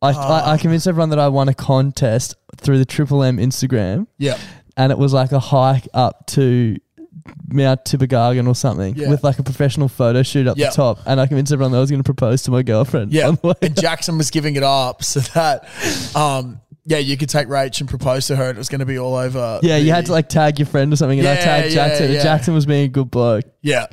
Speaker 2: um,
Speaker 1: I,
Speaker 2: Ah.
Speaker 1: I I convinced everyone that I won a contest through the Triple M Instagram,
Speaker 2: yeah.
Speaker 1: and it was like a hike up to Mount Tibugargan or something
Speaker 2: Yeah.
Speaker 1: with like a professional photo shoot up
Speaker 2: Yeah.
Speaker 1: the top. And I convinced everyone that I was going to propose to my girlfriend.
Speaker 2: Yeah.
Speaker 1: on the way
Speaker 2: And Jackson was giving it up so that um yeah, you could take Rach and propose to her, and it was going to be all over.
Speaker 1: Yeah,
Speaker 2: the-
Speaker 1: you had to like tag your friend or something, and I
Speaker 2: Yeah,
Speaker 1: tagged
Speaker 2: yeah,
Speaker 1: Jackson. and
Speaker 2: yeah.
Speaker 1: Jackson was being a good bloke.
Speaker 2: yeah.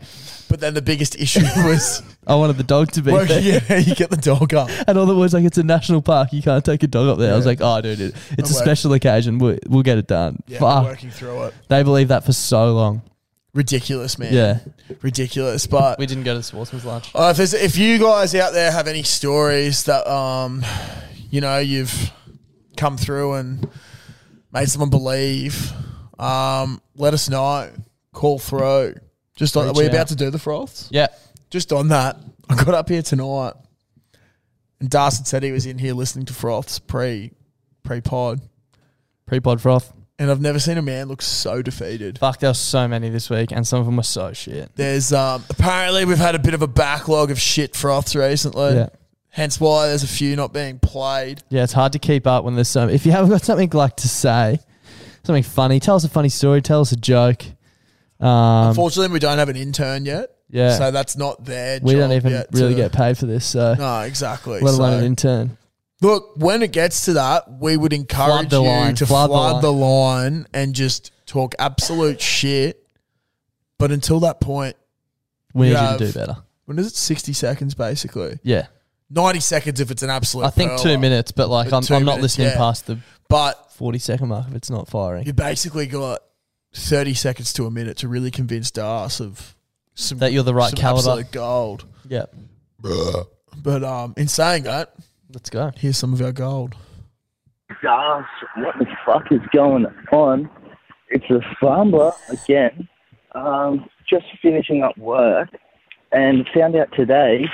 Speaker 2: But then the biggest issue was
Speaker 1: I wanted the dog to be
Speaker 2: well,
Speaker 1: there.
Speaker 2: yeah, you get the dog up.
Speaker 1: And all the words like it's a national park, you can't take a dog up there. I was like, oh, dude, it, it's a
Speaker 2: work.
Speaker 1: special occasion. We'll, we'll get it done.
Speaker 2: Yeah,
Speaker 1: Fuck.
Speaker 2: working through it.
Speaker 1: They believed that for so long.
Speaker 2: Ridiculous, man.
Speaker 1: Yeah.
Speaker 2: ridiculous. But
Speaker 1: didn't go to the sportsman's lunch.
Speaker 2: Uh, if, there's, if you guys out there have any stories that um, you know you've come through and made someone believe, um, let us know. Call through. Just on, are we
Speaker 1: Reach
Speaker 2: about
Speaker 1: out.
Speaker 2: to do the froths?
Speaker 1: Yeah.
Speaker 2: Just on that, I got up here tonight, and Darson said he was in here listening to froths pre pre pod,
Speaker 1: Pre pod froth.
Speaker 2: and I've never seen a man look so defeated.
Speaker 1: Fuck, there were so many this week, and some of them were so shit.
Speaker 2: There's um, apparently we've had a bit of a backlog of shit froths recently.
Speaker 1: Yeah.
Speaker 2: Hence why there's a few not being played.
Speaker 1: Yeah, it's hard to keep up when there's so. If you haven't got something like to say, something funny, tell us a funny story, tell us a joke. Um,
Speaker 2: Fortunately, we don't have an intern yet.
Speaker 1: Yeah.
Speaker 2: So that's not there.
Speaker 1: we don't even really get paid for this, so
Speaker 2: No, exactly.
Speaker 1: let alone
Speaker 2: So-
Speaker 1: an intern.
Speaker 2: look, when it gets to that, we would encourage
Speaker 1: the
Speaker 2: you
Speaker 1: line,
Speaker 2: to flood,
Speaker 1: flood the line.
Speaker 2: the, line. and just talk absolute shit. But until that point,
Speaker 1: We
Speaker 2: You
Speaker 1: need
Speaker 2: have-
Speaker 1: you to do better.
Speaker 2: when is it? 60 seconds, basically.
Speaker 1: Yeah.
Speaker 2: 90 seconds if it's an absolute.
Speaker 1: I think two
Speaker 2: pearler.
Speaker 1: minutes, but like
Speaker 2: But
Speaker 1: I'm,
Speaker 2: two
Speaker 1: I'm not
Speaker 2: minutes,
Speaker 1: listening
Speaker 2: yeah.
Speaker 1: past the
Speaker 2: But
Speaker 1: 40 second mark if it's not firing.
Speaker 2: you basically got 30 seconds to a minute to really convince Dars of some,
Speaker 1: That you're the right
Speaker 2: some
Speaker 1: caliber.
Speaker 2: absolute gold.
Speaker 1: Yeah.
Speaker 2: But um, in saying that,
Speaker 1: Let's go.
Speaker 2: here's some of our gold.
Speaker 4: Gosh, what the fuck is going on? It's a fumbler again. Um, just finishing up work and found out today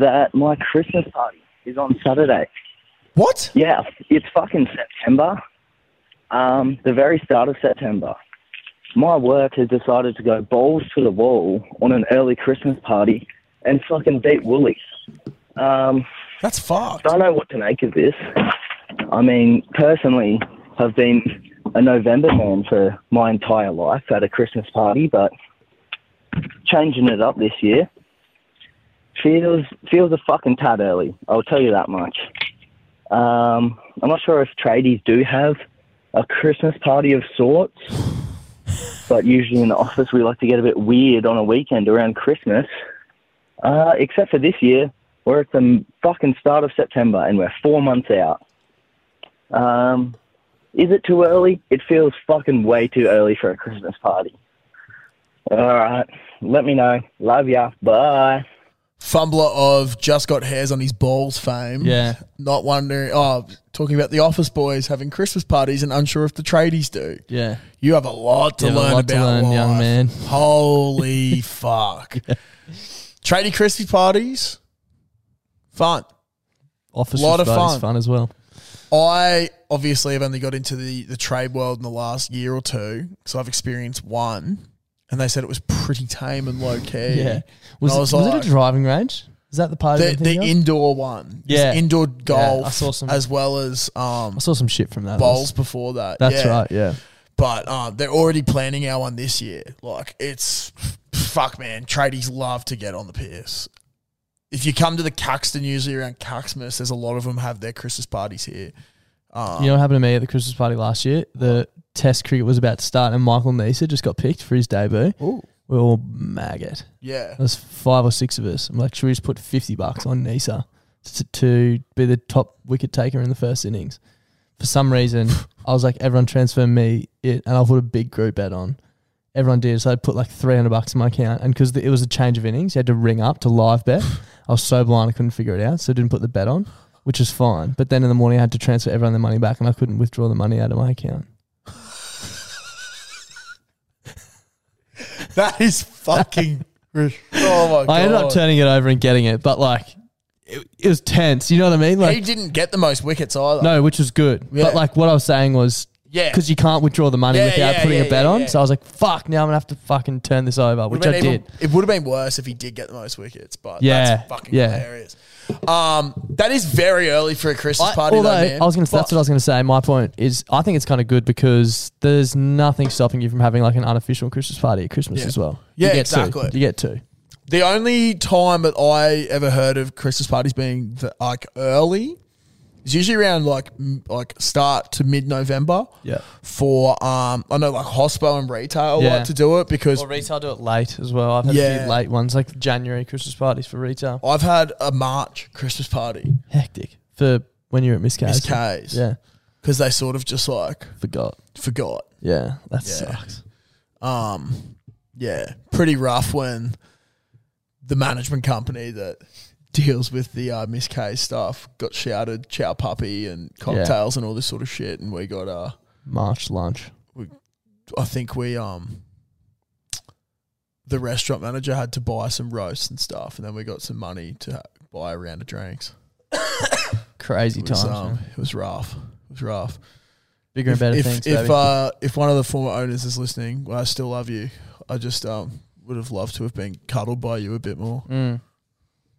Speaker 4: that my Christmas party is on Saturday.
Speaker 2: What?
Speaker 4: Yeah, it's fucking September. Um, the very start of September. My work has decided to go balls to the wall on an early Christmas party and fucking beat Woolies. Um,
Speaker 2: That's fucked.
Speaker 4: don't know what to make of this. I mean, personally, I've been a November man for my entire life at a Christmas party, but changing it up this year feels feels a fucking tad early. I'll tell you that much. Um, I'm not sure if tradies do have a Christmas party of sorts, but usually in the office we like to get a bit weird on a weekend around Christmas. Uh, except for this year, we're at the fucking start of September and we're four months out. Um, is it too early? It feels fucking way too early for a Christmas party. All right. Let me know. Love ya. Bye.
Speaker 2: Fumbler of just got hairs on his balls fame.
Speaker 1: Yeah.
Speaker 2: Not wondering. Oh, talking about the office boys having Christmas parties and unsure if the tradies do.
Speaker 1: Yeah.
Speaker 2: You have a lot to
Speaker 1: You have a
Speaker 2: learn
Speaker 1: lot
Speaker 2: about,
Speaker 1: to learn,
Speaker 2: life.
Speaker 1: young man.
Speaker 2: Holy fuck! Tradie Christmas parties, fun.
Speaker 1: Office
Speaker 2: Lot
Speaker 1: lot
Speaker 2: of
Speaker 1: of fun.
Speaker 2: fun.
Speaker 1: fun as well.
Speaker 2: I obviously have only got into the, the trade world in the last year or two, so I've experienced one, and they said it was pretty tame and low key.
Speaker 1: Yeah. Was,
Speaker 2: I
Speaker 1: it,
Speaker 2: was
Speaker 1: was,
Speaker 2: like-
Speaker 1: it a driving range? Is that the party?
Speaker 2: The,
Speaker 1: I'm thinking
Speaker 2: the
Speaker 1: of?
Speaker 2: indoor one, It's
Speaker 1: Yeah.
Speaker 2: indoor golf,
Speaker 1: I saw some-
Speaker 2: as well as um
Speaker 1: I saw some shit from that.
Speaker 2: bowls before that.
Speaker 1: That's
Speaker 2: yeah.
Speaker 1: right. Yeah.
Speaker 2: But um, they're already planning our one this year. Like it's fuck, man. Tradies love to get on the piss. If you come to the Caxton, usually around Caxmas, there's a lot of them have their Christmas parties here. Um,
Speaker 1: You know what happened to me at the Christmas party last year? The Test cricket was about to start, and Michael Nisa just got picked for his debut. We were all maggot.
Speaker 2: Yeah,
Speaker 1: There's five or six of us. I'm like, should we just put fifty bucks on Nisa to, to be the top wicket taker in the first innings? For some reason, I was like, everyone transfer me it, and I put a big group bet on. Everyone did, so I put like three hundred bucks in my account, and because it was a change of innings, you had to ring up to live bet. I was so blind I couldn't figure it out, so I didn't put the bet on, which is fine. But then in the morning, I had to transfer everyone their money back, and I couldn't withdraw the money out of my account.
Speaker 2: that is fucking. oh my god!
Speaker 1: I ended up turning it over and getting it, but like, it, it was tense. You know what I mean? Like,
Speaker 2: he didn't get the most wickets either.
Speaker 1: No, which was good.
Speaker 2: Yeah.
Speaker 1: But like what I was saying was,
Speaker 2: Yeah.
Speaker 1: because you can't withdraw the money
Speaker 2: Yeah,
Speaker 1: without
Speaker 2: yeah,
Speaker 1: putting
Speaker 2: yeah,
Speaker 1: a bet
Speaker 2: yeah,
Speaker 1: on.
Speaker 2: yeah.
Speaker 1: So I was like, fuck, now I'm gonna have to fucking turn this over,
Speaker 2: Would've
Speaker 1: which I
Speaker 2: been even-
Speaker 1: did.
Speaker 2: It would have been worse if he did get the most wickets, but
Speaker 1: Yeah,
Speaker 2: that's fucking
Speaker 1: yeah.
Speaker 2: hilarious. Um, that is very early for a Christmas
Speaker 1: I-
Speaker 2: party,
Speaker 1: although
Speaker 2: though, man.
Speaker 1: I was gonna, that's what I was gonna say. My point is, I think it's kind of good because there's nothing stopping you from having like an unofficial Christmas party at Christmas
Speaker 2: Yeah.
Speaker 1: as well.
Speaker 2: Yeah,
Speaker 1: you get two.
Speaker 2: exactly.
Speaker 1: You get two.
Speaker 2: The only time that I ever heard of Christmas parties being the, like early It's usually around like m- like start to mid November.
Speaker 1: Yeah.
Speaker 2: For um, I know like hospo and retail
Speaker 1: Yeah.
Speaker 2: like to do it because
Speaker 1: Well, retail do it late as well. I've had a
Speaker 2: Yeah.
Speaker 1: few late ones, like January Christmas parties for retail.
Speaker 2: I've had a March Christmas party
Speaker 1: Hectic for when you're at Miss K's.
Speaker 2: Miss K's.
Speaker 1: Yeah,
Speaker 2: because they sort of just like
Speaker 1: forgot.
Speaker 2: forgot.
Speaker 1: Yeah, that
Speaker 2: Yeah.
Speaker 1: sucks.
Speaker 2: Um, yeah, pretty rough when the management company that deals with the uh, Miss K stuff got shouted chow puppy and cocktails and all this sort of shit, and we got uh,
Speaker 1: March lunch.
Speaker 2: I think we um. The restaurant manager had to buy some roasts and stuff, and then we got some money to ha- buy a round of drinks.
Speaker 1: Crazy
Speaker 2: It was,
Speaker 1: times.
Speaker 2: um,
Speaker 1: man.
Speaker 2: it was rough. It was rough.
Speaker 1: Bigger and better
Speaker 2: if,
Speaker 1: things.
Speaker 2: If
Speaker 1: baby.
Speaker 2: uh, if one of the former owners is listening, well, I still love you. I just um would have loved to have been cuddled by you a bit more.
Speaker 1: Mm.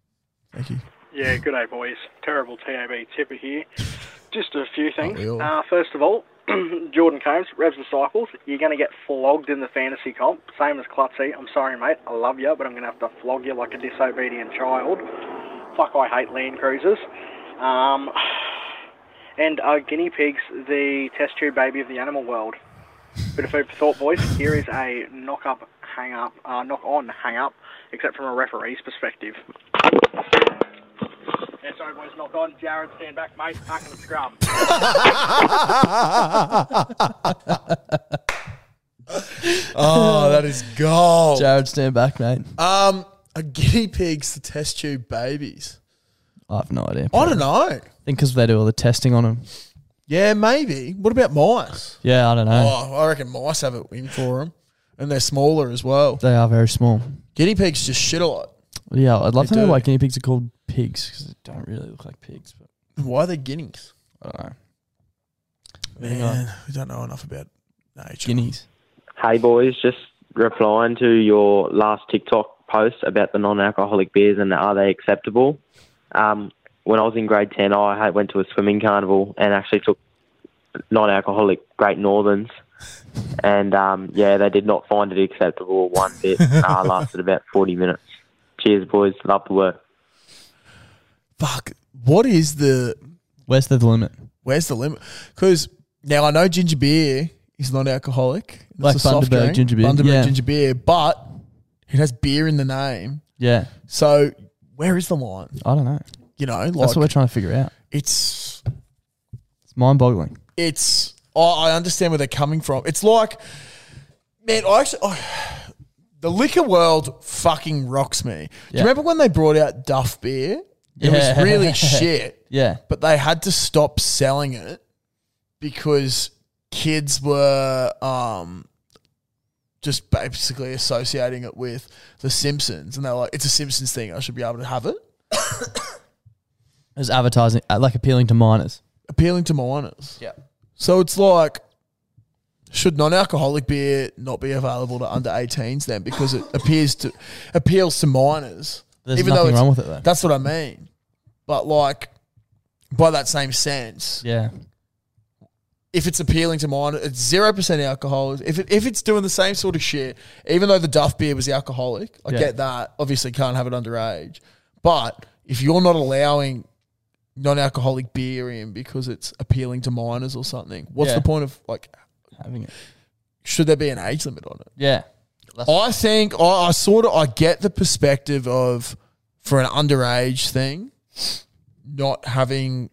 Speaker 2: Thank you.
Speaker 5: Yeah, good day, boys. Terrible TAB tipper here. Just a few things.
Speaker 2: Aren't we all?
Speaker 5: Uh, first of all, Jordan Combs, Revs and Cycles, you're going to get flogged in the fantasy comp. Same as Clutzy. I'm sorry, mate. I love you, but I'm going to have to flog you like a disobedient child. Fuck, I hate Land Cruisers. Um, and uh, guinea pigs, the test tube baby of the animal world. Bit of food for thought, boys. Here is a knock up, hang up, uh, knock on, hang up, except from a referee's perspective. Yeah, sorry, boys, knock on. Jared, stand back, mate. Park in the scrum.
Speaker 2: Oh, that is gold.
Speaker 1: Jared, stand back, mate.
Speaker 2: Um, a guinea pig's the test tube babies.
Speaker 1: I have no idea.
Speaker 2: I don't know.
Speaker 1: think because they do all the testing on them.
Speaker 2: Yeah, maybe. What about mice?
Speaker 1: Yeah, I don't know.
Speaker 2: Oh, I reckon mice have it in for them, and they're smaller as well.
Speaker 1: They are very small.
Speaker 2: Guinea pigs just shit a lot.
Speaker 1: Yeah, I'd love
Speaker 2: They
Speaker 1: to know
Speaker 2: do.
Speaker 1: why guinea pigs are called pigs because they don't really look like pigs. But
Speaker 2: Why are they guineas?
Speaker 1: I don't know. Moving on.
Speaker 2: Man, we don't know enough about nature.
Speaker 1: Guineas.
Speaker 6: Hey boys, just replying to your last TikTok post about the non-alcoholic beers and are they acceptable? Um, when I was in grade ten, I had, went to a swimming carnival and actually took non-alcoholic Great Northerns, and um, yeah, they did not find it acceptable one bit. uh, lasted about forty minutes. Cheers, boys. Love the work.
Speaker 2: Fuck. What is the
Speaker 1: Where's the limit?
Speaker 2: Where's the limit? Because now I know ginger beer is non-alcoholic. It's
Speaker 1: Like
Speaker 2: a soft
Speaker 1: Bundaberg
Speaker 2: drink,
Speaker 1: ginger beer,
Speaker 2: Bundaberg
Speaker 1: yeah.
Speaker 2: ginger beer, but it has beer in the name.
Speaker 1: Yeah,
Speaker 2: So where is the line?
Speaker 1: I don't know.
Speaker 2: You know, like
Speaker 1: That's what we're trying to figure out.
Speaker 2: it's
Speaker 1: It's mind-boggling.
Speaker 2: it's. Oh, I understand where they're coming from. It's like, man, I actually. oh, the liquor world fucking rocks me. Do you
Speaker 1: Yeah.
Speaker 2: remember when they brought out Duff beer? It
Speaker 1: Yeah.
Speaker 2: was really shit.
Speaker 1: Yeah,
Speaker 2: but they had to stop selling it because kids were um, just basically associating it with the Simpsons, and they're like, "It's a Simpsons thing. I should be able to have it."
Speaker 1: it's advertising, uh, like appealing to minors.
Speaker 2: Appealing to minors. Yeah. So it's like, should non-alcoholic beer not be available to under 18s then because it appears to appeals to minors?
Speaker 1: There's
Speaker 2: even though
Speaker 1: nothing
Speaker 2: it's-
Speaker 1: wrong with it though.
Speaker 2: That's what I mean. But like, by that same sense,
Speaker 1: Yeah,
Speaker 2: if it's appealing to mine, it's zero percent alcohol. If it, if it's doing the same sort of shit, even though the Duff beer was alcoholic, I
Speaker 1: Yeah.
Speaker 2: get that. Obviously, can't have it underage. But if you're not allowing non-alcoholic beer in because it's appealing to minors or something, what's
Speaker 1: Yeah.
Speaker 2: the point of like?
Speaker 1: having it.
Speaker 2: Should there be an age limit on it?
Speaker 1: Yeah,
Speaker 2: I think I, I sort of I get the perspective of for an underage thing, not having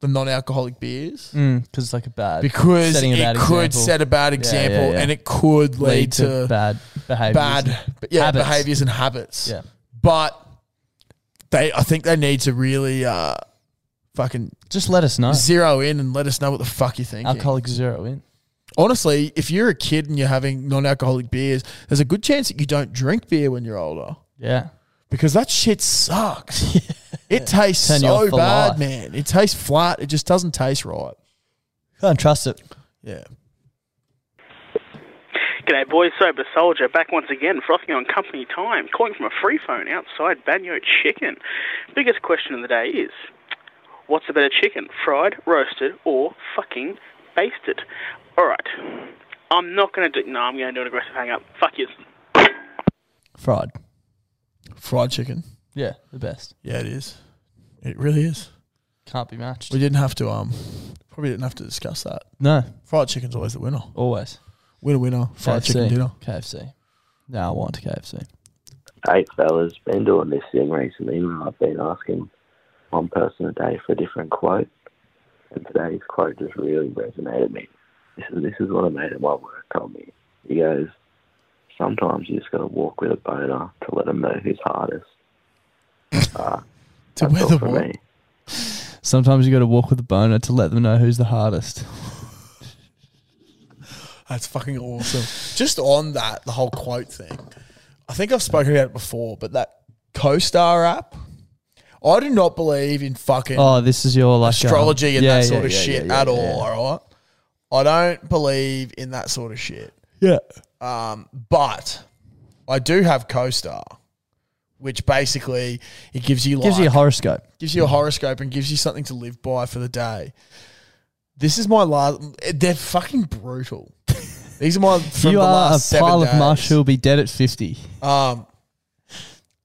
Speaker 2: the non-alcoholic beers
Speaker 1: because Mm, it's like a bad
Speaker 2: because
Speaker 1: setting a
Speaker 2: it
Speaker 1: bad
Speaker 2: could
Speaker 1: example.
Speaker 2: set a bad example
Speaker 1: yeah.
Speaker 2: and it could lead,
Speaker 1: lead
Speaker 2: to,
Speaker 1: to bad behaviors.
Speaker 2: bad, b- yeah,
Speaker 1: Habits.
Speaker 2: behaviors and habits.
Speaker 1: Yeah,
Speaker 2: But they, I think they need to really uh, fucking
Speaker 1: just let us know.
Speaker 2: zero in and let us know what the fuck you're thinking.
Speaker 1: Alcoholic zero in.
Speaker 2: Honestly, if you're a kid and you're having non-alcoholic beers, there's a good chance that you don't drink beer when you're older
Speaker 1: Yeah,
Speaker 2: because that shit sucks. It tastes
Speaker 1: Turn you off
Speaker 2: so
Speaker 1: for
Speaker 2: bad,
Speaker 1: life.
Speaker 2: man. It tastes flat. It just doesn't taste right.
Speaker 1: can't trust it.
Speaker 2: Yeah.
Speaker 5: G'day, boys. Sober Soldier back once again, frothing on company time, calling from a free phone outside Banyo Chicken. Biggest question of the day is what's a better chicken, fried, roasted, or fucking basted? Alright. I'm not going to do. No, I'm going to do an aggressive hang up. Fuck you.
Speaker 1: Fried.
Speaker 2: Fried chicken.
Speaker 1: Yeah, the best.
Speaker 2: Yeah, it is. It really is.
Speaker 1: Can't be matched.
Speaker 2: We didn't have to. Um, probably didn't have to discuss that.
Speaker 1: No,
Speaker 2: Fried chicken's always the winner.
Speaker 1: always.
Speaker 2: Winner, winner. Fried chicken
Speaker 1: KFC.
Speaker 2: dinner.
Speaker 1: KFC. No, I want KFC.
Speaker 6: Hey, fellas, been doing this thing recently where I've been asking one person a day for a different quote, and today's quote just really resonated with me. This is, this is what a mate at my work told me. He goes, Sometimes you just got to walk with a boner to let them know who's hardest. Uh,
Speaker 2: To
Speaker 6: that's
Speaker 2: wear
Speaker 6: all
Speaker 2: the
Speaker 6: for
Speaker 2: wa-
Speaker 6: me.
Speaker 1: Sometimes you got to walk with a boner to let them know who's the hardest.
Speaker 2: That's fucking awesome. Just on that, the whole quote thing. I think I've spoken about it before, but that CoStar app, I do not believe in fucking
Speaker 1: Oh, this is your like
Speaker 2: astrology
Speaker 1: um,
Speaker 2: and
Speaker 1: yeah,
Speaker 2: that
Speaker 1: yeah,
Speaker 2: sort of
Speaker 1: yeah,
Speaker 2: shit
Speaker 1: yeah,
Speaker 2: at
Speaker 1: yeah,
Speaker 2: all. All right, I don't believe in that sort of shit.
Speaker 1: Yeah.
Speaker 2: Um, But I do have CoStar, which basically it gives you like
Speaker 1: Gives you a horoscope.
Speaker 2: gives you a horoscope and gives you something to live by for the day. This is my last. They're fucking brutal. These are my from
Speaker 1: you
Speaker 2: the
Speaker 1: are a
Speaker 2: last seven
Speaker 1: pile
Speaker 2: days.
Speaker 1: of mush who'll be dead at 50.
Speaker 2: Um,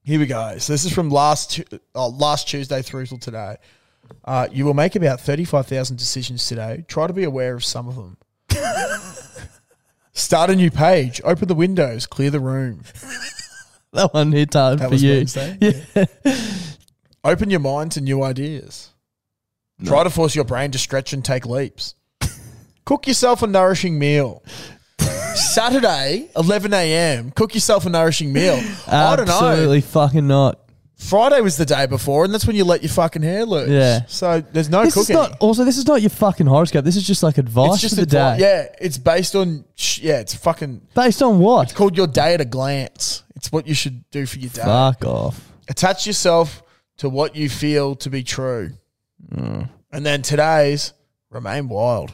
Speaker 2: here we go. So this is from last Tu- oh, last Tuesday through till today. Uh, you will make about thirty five thousand decisions today. Try to be aware of some of them. Start a new page. Open the windows. Clear the room.
Speaker 1: That one hit hard
Speaker 2: That
Speaker 1: for
Speaker 2: was
Speaker 1: you.
Speaker 2: Wednesday.
Speaker 1: Yeah.
Speaker 2: Open your mind to new ideas. Try to force your brain to stretch and take leaps. cook yourself a nourishing meal. Saturday, 11 a.m., cook yourself a nourishing meal. I don't know.
Speaker 1: Absolutely fucking not.
Speaker 2: Friday was the day before, and that's when you let your fucking hair loose.
Speaker 1: Yeah.
Speaker 2: So there's no
Speaker 1: This is
Speaker 2: cooking.
Speaker 1: not, also, this is not your fucking horoscope. This is just like advice
Speaker 2: it's just
Speaker 1: for the
Speaker 2: advi-
Speaker 1: day.
Speaker 2: Yeah, it's based on, sh- yeah, it's fucking
Speaker 1: Based on what?
Speaker 2: called your day at a glance. It's what you should do for your day.
Speaker 1: Fuck off.
Speaker 2: attach yourself to what you feel to be true.
Speaker 1: Mm.
Speaker 2: And then today's remain wild.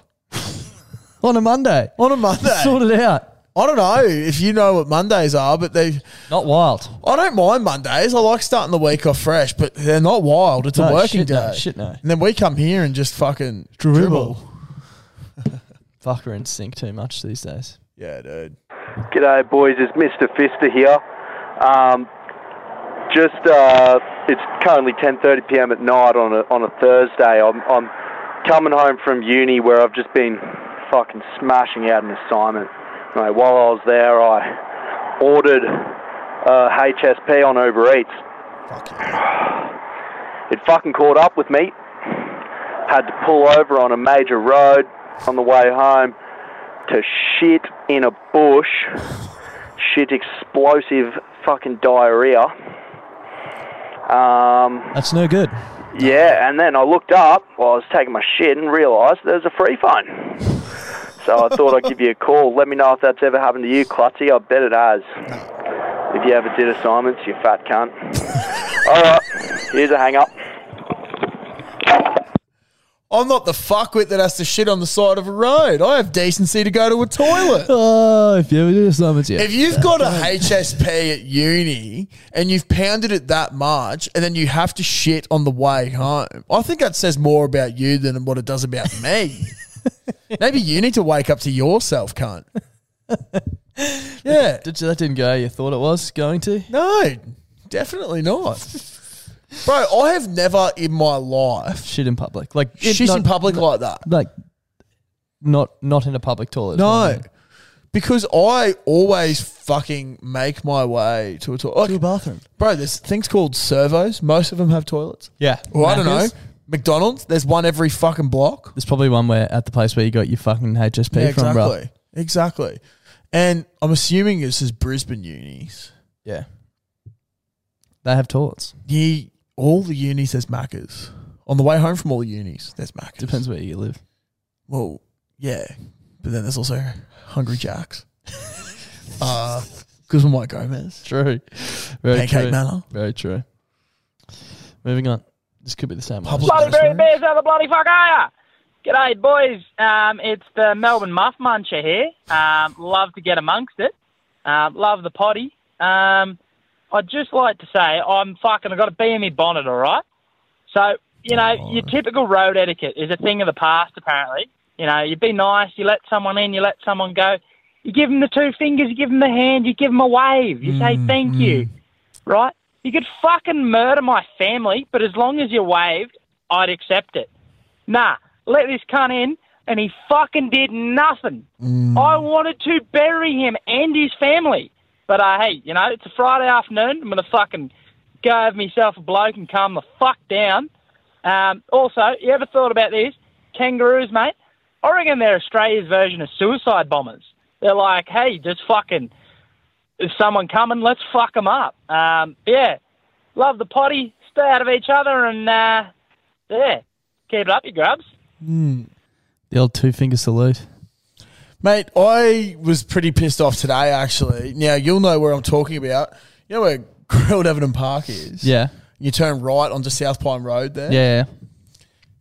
Speaker 1: On a Monday.
Speaker 2: On a Monday.
Speaker 1: Sort it out.
Speaker 2: I don't know if you know what Mondays are, but they
Speaker 1: Not wild.
Speaker 2: I don't mind Mondays. I like starting the week off fresh, but they're not wild. It's a
Speaker 1: No,
Speaker 2: working
Speaker 1: shit
Speaker 2: day.
Speaker 1: no, shit no.
Speaker 2: And then we come here and just fucking dribble.
Speaker 1: Fuck, we're in sync too much these days.
Speaker 2: Yeah, dude.
Speaker 7: G'day, boys. It's Mr. Fister here. Um, just uh, it's currently 10:30 p.m. at night on a on a Thursday. I'm I'm coming home from uni where I've just been fucking smashing out an assignment. Anyway, while I was there, I ordered uh, HSP on Uber Eats.
Speaker 2: Fuck yeah.
Speaker 7: It fucking caught up with me. Had to pull over on a major road on the way home to shit in a bush. Shit explosive fucking diarrhea. Um,
Speaker 1: That's no good.
Speaker 7: yeah, and then I looked up while I was taking my shit and realised there's a free phone. So I thought I'd give you a call. Let me know if that's ever happened to you, Clutzy. I bet it has. If you ever did assignments, you fat cunt. Alright, here's a hang up.
Speaker 2: I'm not the fuckwit that has to shit on the side of a road. I have decency to go to a toilet.
Speaker 1: Oh, if you ever do assignments, yeah.
Speaker 2: If you've got a HSP at uni and you've pounded it that much and then you have to shit on the way home, I think that says more about you than what it does about me. Maybe you need to wake up to yourself, cunt. Yeah.
Speaker 1: Did you, that didn't go how you thought it was going to?
Speaker 2: No, definitely not. Bro, I have never in my life
Speaker 1: Shit in public. Like it-
Speaker 2: shit
Speaker 1: not-
Speaker 2: in public like that.
Speaker 1: Like not not in a public toilet.
Speaker 2: No. Because I always fucking make my way to a toilet.
Speaker 1: To a bathroom.
Speaker 2: Bro, there's things called servos. Most of them have toilets.
Speaker 1: Yeah.
Speaker 2: Well, I don't know.
Speaker 1: Knackers.
Speaker 2: McDonald's, there's one every fucking block.
Speaker 1: There's probably one where at the place where you got your fucking HSP
Speaker 2: Yeah,
Speaker 1: from,
Speaker 2: exactly.
Speaker 1: bro.
Speaker 2: Exactly. And I'm assuming this is Brisbane unis.
Speaker 1: Yeah. They have toilets.
Speaker 2: Ye, all the unis, there's Maccas. On the way home from all the unis, there's Maccas.
Speaker 1: Depends where you live.
Speaker 2: Well, yeah. But then there's also Hungry Jacks. uh, Guzman White Gomez.
Speaker 1: True. Very
Speaker 2: Pancake
Speaker 1: true.
Speaker 2: Manor.
Speaker 1: Very true. Moving on. This could be the same one.
Speaker 2: Public
Speaker 8: Bloody
Speaker 2: restaurant.
Speaker 8: Bears out of the bloody fuck are ya? G'day, boys. Um, it's the Melbourne Muff Muncher here. Um, love to get amongst it. Um, love the potty. Um, I'd just like to say I'm fucking, I've got a bee in my bonnet, all right? So, you know, your typical road etiquette is a thing of the past, apparently. You know, you be nice, you let someone in, you let someone go. You give them the two fingers, you give them the hand, you give them a wave, you say thank
Speaker 2: Mm.
Speaker 8: you, right? You could fucking murder my family, but as long as you waved, I'd accept it. Nah, let this cunt in, and he fucking did nothing. I wanted to bury him and his family. But uh, hey, you know, it's a Friday afternoon. I'm going to fucking go have myself a bloke and calm the fuck down. Um, also, you ever thought about this? Kangaroos, mate? I reckon they're Australia's version of suicide bombers. They're like, hey, just fucking, is someone coming? Let's fuck them up. Um, yeah, love the potty, stay out of each other, and uh, yeah, keep it up, you grubs.
Speaker 1: Hmm. The old two finger salute.
Speaker 2: Mate, I was pretty pissed off today, actually. Now, you'll know where I'm talking about. You know where Grilled Everton Park is?
Speaker 1: Yeah.
Speaker 2: You turn right onto South Pine Road there.
Speaker 1: Yeah.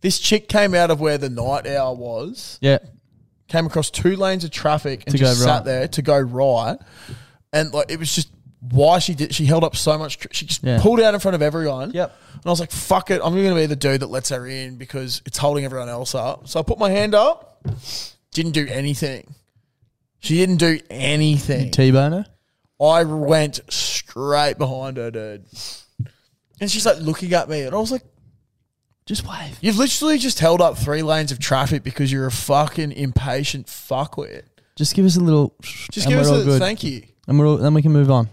Speaker 2: This chick came out of where the night hour was,
Speaker 1: Yeah.
Speaker 2: came across two lanes of traffic and
Speaker 1: To go
Speaker 2: just sat
Speaker 1: right.
Speaker 2: there to go right. And like it was just why she did she held up so much tr- she just
Speaker 1: Yeah.
Speaker 2: pulled out in front of everyone.
Speaker 1: Yep.
Speaker 2: And I was like, fuck it, I'm gonna be the dude that lets her in because it's holding everyone else up. So I put my hand up, didn't do anything. She didn't do anything.
Speaker 1: T boner.
Speaker 2: I went straight behind her, dude. And she's like looking at me, and I was like,
Speaker 1: Just wave.
Speaker 2: You've literally just held up three lanes of traffic because you're a fucking impatient fuckwit.
Speaker 1: Just give us a little.
Speaker 2: Just
Speaker 1: and
Speaker 2: give
Speaker 1: we're
Speaker 2: us
Speaker 1: all
Speaker 2: a
Speaker 1: good.
Speaker 2: thank you.
Speaker 1: And we're all, then we can move on.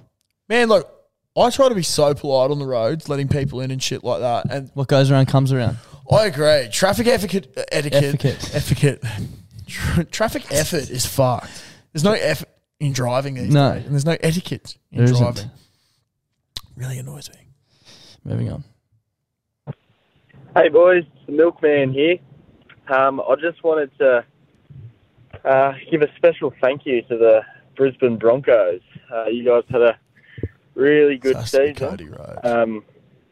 Speaker 2: Man, look, I try to be so polite on the roads, letting people in and shit like that. And
Speaker 1: What goes around comes around.
Speaker 2: I agree. Traffic etiquette. Etiquette.
Speaker 1: Etiquette.
Speaker 2: etiquette. Tra- traffic effort is fucked. There's no effort in driving these
Speaker 1: No.
Speaker 2: days, and there's no etiquette in
Speaker 1: There
Speaker 2: driving.
Speaker 1: isn't.
Speaker 2: Really annoys me.
Speaker 1: Moving on.
Speaker 6: Hey boys, the milkman here. Um, I just wanted to uh, give a special thank you to the Brisbane Broncos. Uh, you guys had a really good
Speaker 2: Fantastic,
Speaker 6: season.
Speaker 2: Cody Rhodes.
Speaker 6: Um,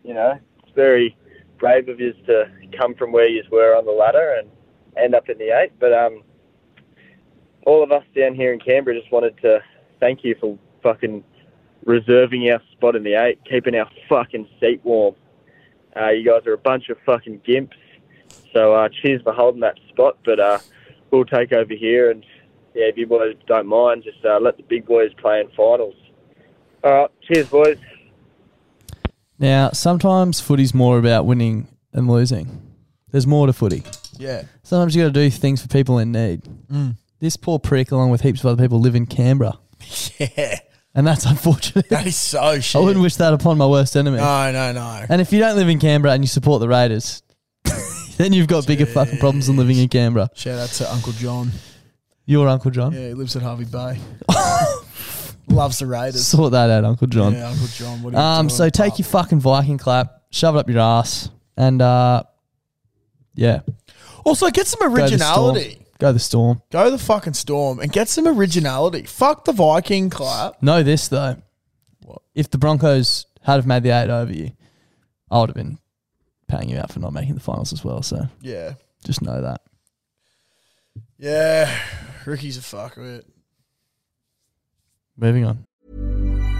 Speaker 6: you know, it's very brave of you to come from where you were on the ladder and end up in the eight. But um, all of us down here in Canberra just wanted to thank you for fucking reserving our spot in the eight, keeping our fucking seat warm. Uh, you guys are a bunch of fucking gimps. So uh, cheers for holding that spot. But uh, we'll take over here. And yeah, if you boys don't mind, just uh, let the big boys play in finals. All right, cheers, boys.
Speaker 1: Now, sometimes footy's more about winning and losing. There's more to footy.
Speaker 2: yeah. Mm.
Speaker 1: Sometimes you got to do things for people in need. This poor prick, along with heaps of other people, live in Canberra,
Speaker 2: Yeah.
Speaker 1: and that's unfortunate.
Speaker 2: That is so shit.
Speaker 1: I wouldn't wish that upon my worst enemy.
Speaker 2: no, no, no.
Speaker 1: And if you don't live in Canberra and you support the Raiders, then you've got bigger fucking problems than living in Canberra.
Speaker 2: Shout out to Uncle John.
Speaker 1: Your Uncle John.
Speaker 2: Yeah, he lives at Harvey Bay. Loves the Raiders.
Speaker 1: Sort that out, Uncle John.
Speaker 2: Yeah, Uncle John. What are you
Speaker 1: Um,
Speaker 2: doing?
Speaker 1: so take your fucking Viking clap, shove it up your ass, and uh, yeah,
Speaker 2: also get some
Speaker 1: Go the Storm.
Speaker 2: originality.
Speaker 1: Go the storm.
Speaker 2: Go the, fucking storm and get some originality. Fuck the Viking clap.
Speaker 1: Know this though, if the Broncos had have made the eight over you, I would have been paying you out for not making the finals as well. So
Speaker 2: Yeah,
Speaker 1: just know that.
Speaker 2: yeah. Ricky's a fuckwit.
Speaker 1: Moving on.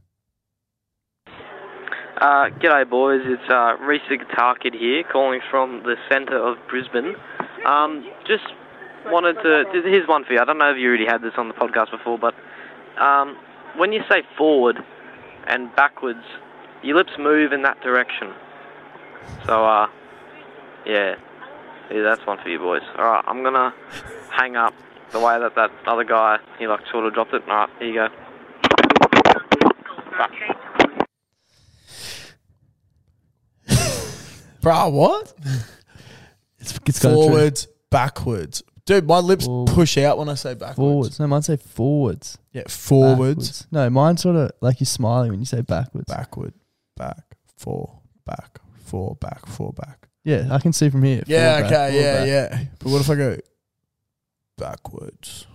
Speaker 6: Uh, g'day, boys. It's uh, Reese the Guitar Kid here, calling from the centre of Brisbane. Um, just wanted to. th- Here's one for you. I don't know if you already had this on the podcast before, but um, when you say forward and backwards, your lips move in that direction. So, uh, yeah. yeah that's one for you, boys. Alright, I'm gonna hang up. the way that that other guy, he like sort of dropped it. All right, here you go.
Speaker 2: Bro, what?
Speaker 1: It's, it's kinda true.
Speaker 2: forwards, backwards. Dude, my lips push out when I say backwards.
Speaker 1: Forwards. No, mine say forwards.
Speaker 2: Yeah, forwards.
Speaker 1: Backwards. No, mine sort of like you're smiling when you say backwards.
Speaker 2: Backward, back, four, back, four, back, four, back.
Speaker 1: Yeah, I can see from here.
Speaker 2: Yeah,
Speaker 1: Forward,
Speaker 2: okay,
Speaker 1: back, forward,
Speaker 2: yeah,
Speaker 1: back.
Speaker 2: yeah. But what if I go backwards?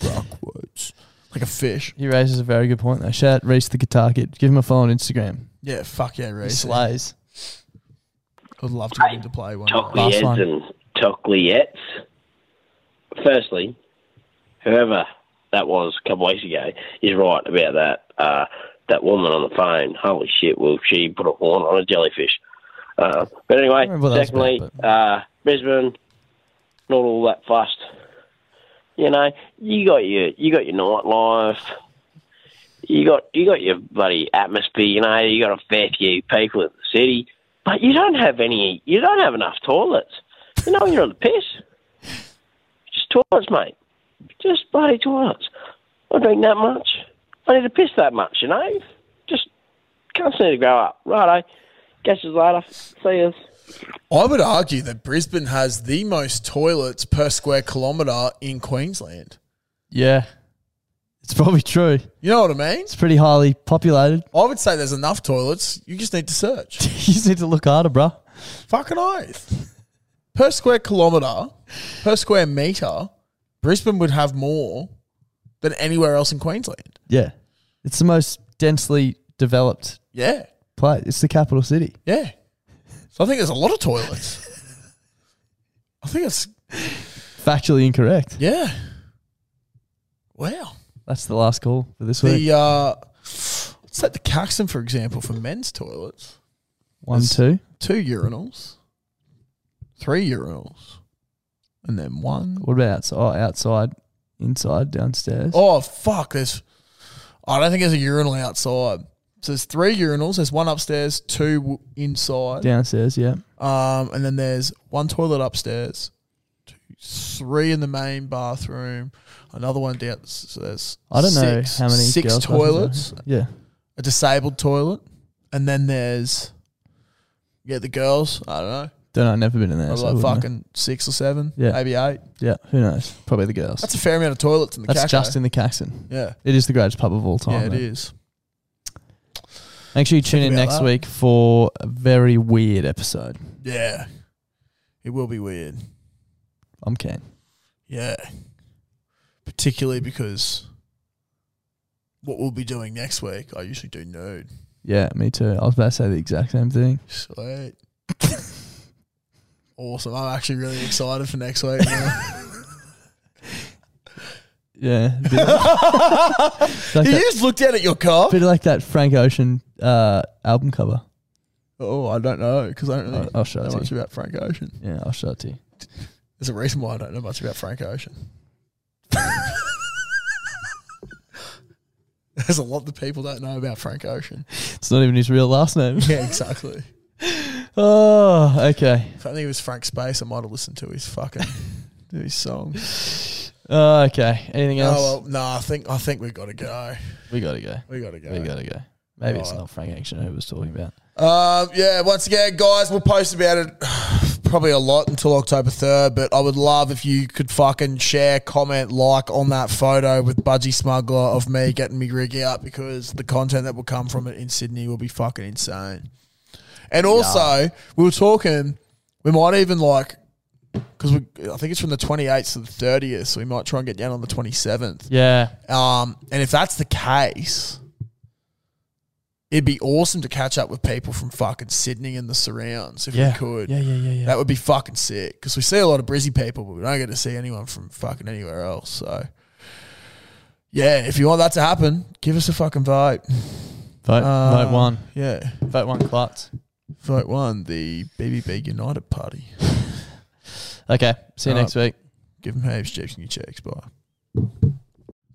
Speaker 2: backwards. Like a fish.
Speaker 1: He raises a very good point though. Shout out Reese the guitar kid. Give him a follow on Instagram.
Speaker 2: Yeah, fuck yeah,
Speaker 1: He
Speaker 2: Reese. I'd
Speaker 1: slays.
Speaker 2: love to get him to play one. day.
Speaker 1: Last
Speaker 9: Tockliettes
Speaker 1: one.
Speaker 9: and Tockliettes. Firstly, whoever that was a couple weeks ago is right about that. Uh, that woman on the phone. Holy shit! Will she put a horn on a jellyfish? Uh, but anyway,
Speaker 1: remember what that was
Speaker 9: secondly,
Speaker 1: about,
Speaker 9: uh, Brisbane, not all that fussed. You know, you got your you got your nightlife. You got you got your bloody atmosphere. You know, you got a fair few people in the city, but you don't have any. You don't have enough toilets. You know, when you're on the piss. Just toilets, mate. Just bloody toilets. I drink that much. I need to piss that much. You know, just can't seem to grow up. Righto. Catch you later. See you.
Speaker 2: I would argue that Brisbane has the most toilets per square kilometre in Queensland.
Speaker 1: Yeah. It's probably true.
Speaker 2: You know what I mean?
Speaker 1: It's pretty highly populated.
Speaker 2: I would say there's enough toilets. You just need to search.
Speaker 1: you just need to look harder, bruh.
Speaker 2: Fucking oath. Per square kilometre, per square metre, Brisbane would have more than anywhere else in Queensland.
Speaker 1: Yeah. It's the most densely developed
Speaker 2: Yeah.
Speaker 1: place. It's the capital city.
Speaker 2: Yeah. So I think there's a lot of toilets. I think it's,
Speaker 1: Factually incorrect.
Speaker 2: yeah. Wow.
Speaker 1: That's the last call for this week.
Speaker 2: The, uh, let's take the Caxton, for example, for men's toilets.
Speaker 1: One,
Speaker 2: There's
Speaker 1: two.
Speaker 2: Two urinals, three urinals, and then one.
Speaker 1: What about outside? Outside, inside, downstairs.
Speaker 2: Oh fuck! There's. I don't think there's a urinal outside. So there's three urinals. There's one upstairs, two w- inside,
Speaker 1: Downstairs, yeah.
Speaker 2: um, and then there's one toilet upstairs, two, three in the main bathroom, another one downstairs.
Speaker 1: I don't know
Speaker 2: six-
Speaker 1: how many
Speaker 2: six
Speaker 1: girls' bathrooms are.
Speaker 2: toilets,
Speaker 1: Yeah,
Speaker 2: a disabled toilet, and then there's yeah the girls. I don't know,
Speaker 1: don't know. I've never been in there.
Speaker 2: probably
Speaker 1: so I
Speaker 2: like
Speaker 1: wouldn't know.
Speaker 2: fucking six or seven,
Speaker 1: Yeah.
Speaker 2: maybe eight.
Speaker 1: Yeah, who knows? Probably the girls.
Speaker 2: That's
Speaker 1: That's,
Speaker 2: a fair amount of toilets in the. Caco.
Speaker 1: just in the Caxton.
Speaker 2: Yeah,
Speaker 1: It is the greatest pub of all time.
Speaker 2: yeah, it
Speaker 1: though.
Speaker 2: is.
Speaker 1: Make sure you tune in
Speaker 2: about
Speaker 1: next
Speaker 2: that.
Speaker 1: week for a very weird episode.
Speaker 2: Yeah, it will be weird.
Speaker 1: I'm keen.
Speaker 2: Yeah. Particularly because what we'll be doing next week, I usually do nude.
Speaker 1: Yeah, me too. I was about to say the exact same thing.
Speaker 2: Sweet. awesome. I'm actually really excited for next week. now.
Speaker 1: Yeah, a bit like, like
Speaker 2: you
Speaker 1: that,
Speaker 2: just looked down at your car.
Speaker 1: bit like that Frank Ocean uh, album cover.
Speaker 2: Oh, I don't know because I don't really
Speaker 1: I'll- I'll show it
Speaker 2: know
Speaker 1: to
Speaker 2: much
Speaker 1: you.
Speaker 2: about Frank Ocean.
Speaker 1: Yeah, I'll show it to you.
Speaker 2: There's a reason why I don't know much about Frank Ocean. There's a lot that people don't know about Frank Ocean.
Speaker 1: It's not even his real last name.
Speaker 2: Yeah, exactly.
Speaker 1: oh, okay.
Speaker 2: If only it was Frank Space, I might have listened to his fucking his song.
Speaker 1: Oh, okay. Anything else?
Speaker 2: Oh well, no, I think I think we gotta go.
Speaker 1: We gotta go.
Speaker 2: We gotta go.
Speaker 1: We gotta go. Maybe it's
Speaker 2: Right.
Speaker 1: not Frank Action who was talking about.
Speaker 2: Um, yeah, once again, guys, we'll post about it probably a lot until October third. But I would love if you could fucking share, comment, like on that photo with Budgie Smuggler of me getting me rig out because the content that will come from it in Sydney will be fucking insane. And also, we were talking, we might even like. Because I think it's from the 28th to the 30th, so we might try and get down on the 27th.
Speaker 1: Yeah.
Speaker 2: Um, and if that's the case, it'd be awesome to catch up with people from fucking Sydney and the surrounds if
Speaker 1: Yeah.
Speaker 2: we could.
Speaker 1: Yeah, yeah, yeah, yeah.
Speaker 2: That would be fucking sick because we see a lot of Brizzy people, but we don't get to see anyone from fucking anywhere else. So, yeah, if you want that to happen, give us a fucking vote.
Speaker 1: Vote,
Speaker 2: Uh,
Speaker 1: vote one.
Speaker 2: Yeah,
Speaker 1: Vote one clutz.
Speaker 2: vote one, the BBB United Party.
Speaker 1: Okay. See you
Speaker 2: Alright.
Speaker 1: next week.
Speaker 2: Give them heaps, checks and your checks. Bye. The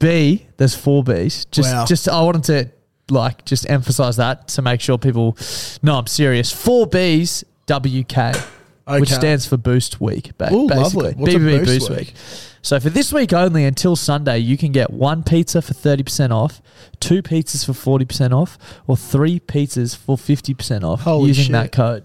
Speaker 1: B, there's four B's. Just,
Speaker 2: Wow.
Speaker 1: just I wanted to like just emphasize that to make sure people know I'm serious. Four B's, WK, which
Speaker 2: Okay.
Speaker 1: stands for Boost Week. ba-
Speaker 2: Ooh,
Speaker 1: basically,
Speaker 2: lovely. What's a
Speaker 1: BBB
Speaker 2: Boost
Speaker 1: Boost
Speaker 2: Week?
Speaker 1: Week. So for this week only, until Sunday, you can get one pizza for thirty percent off, two pizzas for forty percent off, or three pizzas for fifty percent off
Speaker 2: Holy
Speaker 1: using
Speaker 2: shit.
Speaker 1: that code.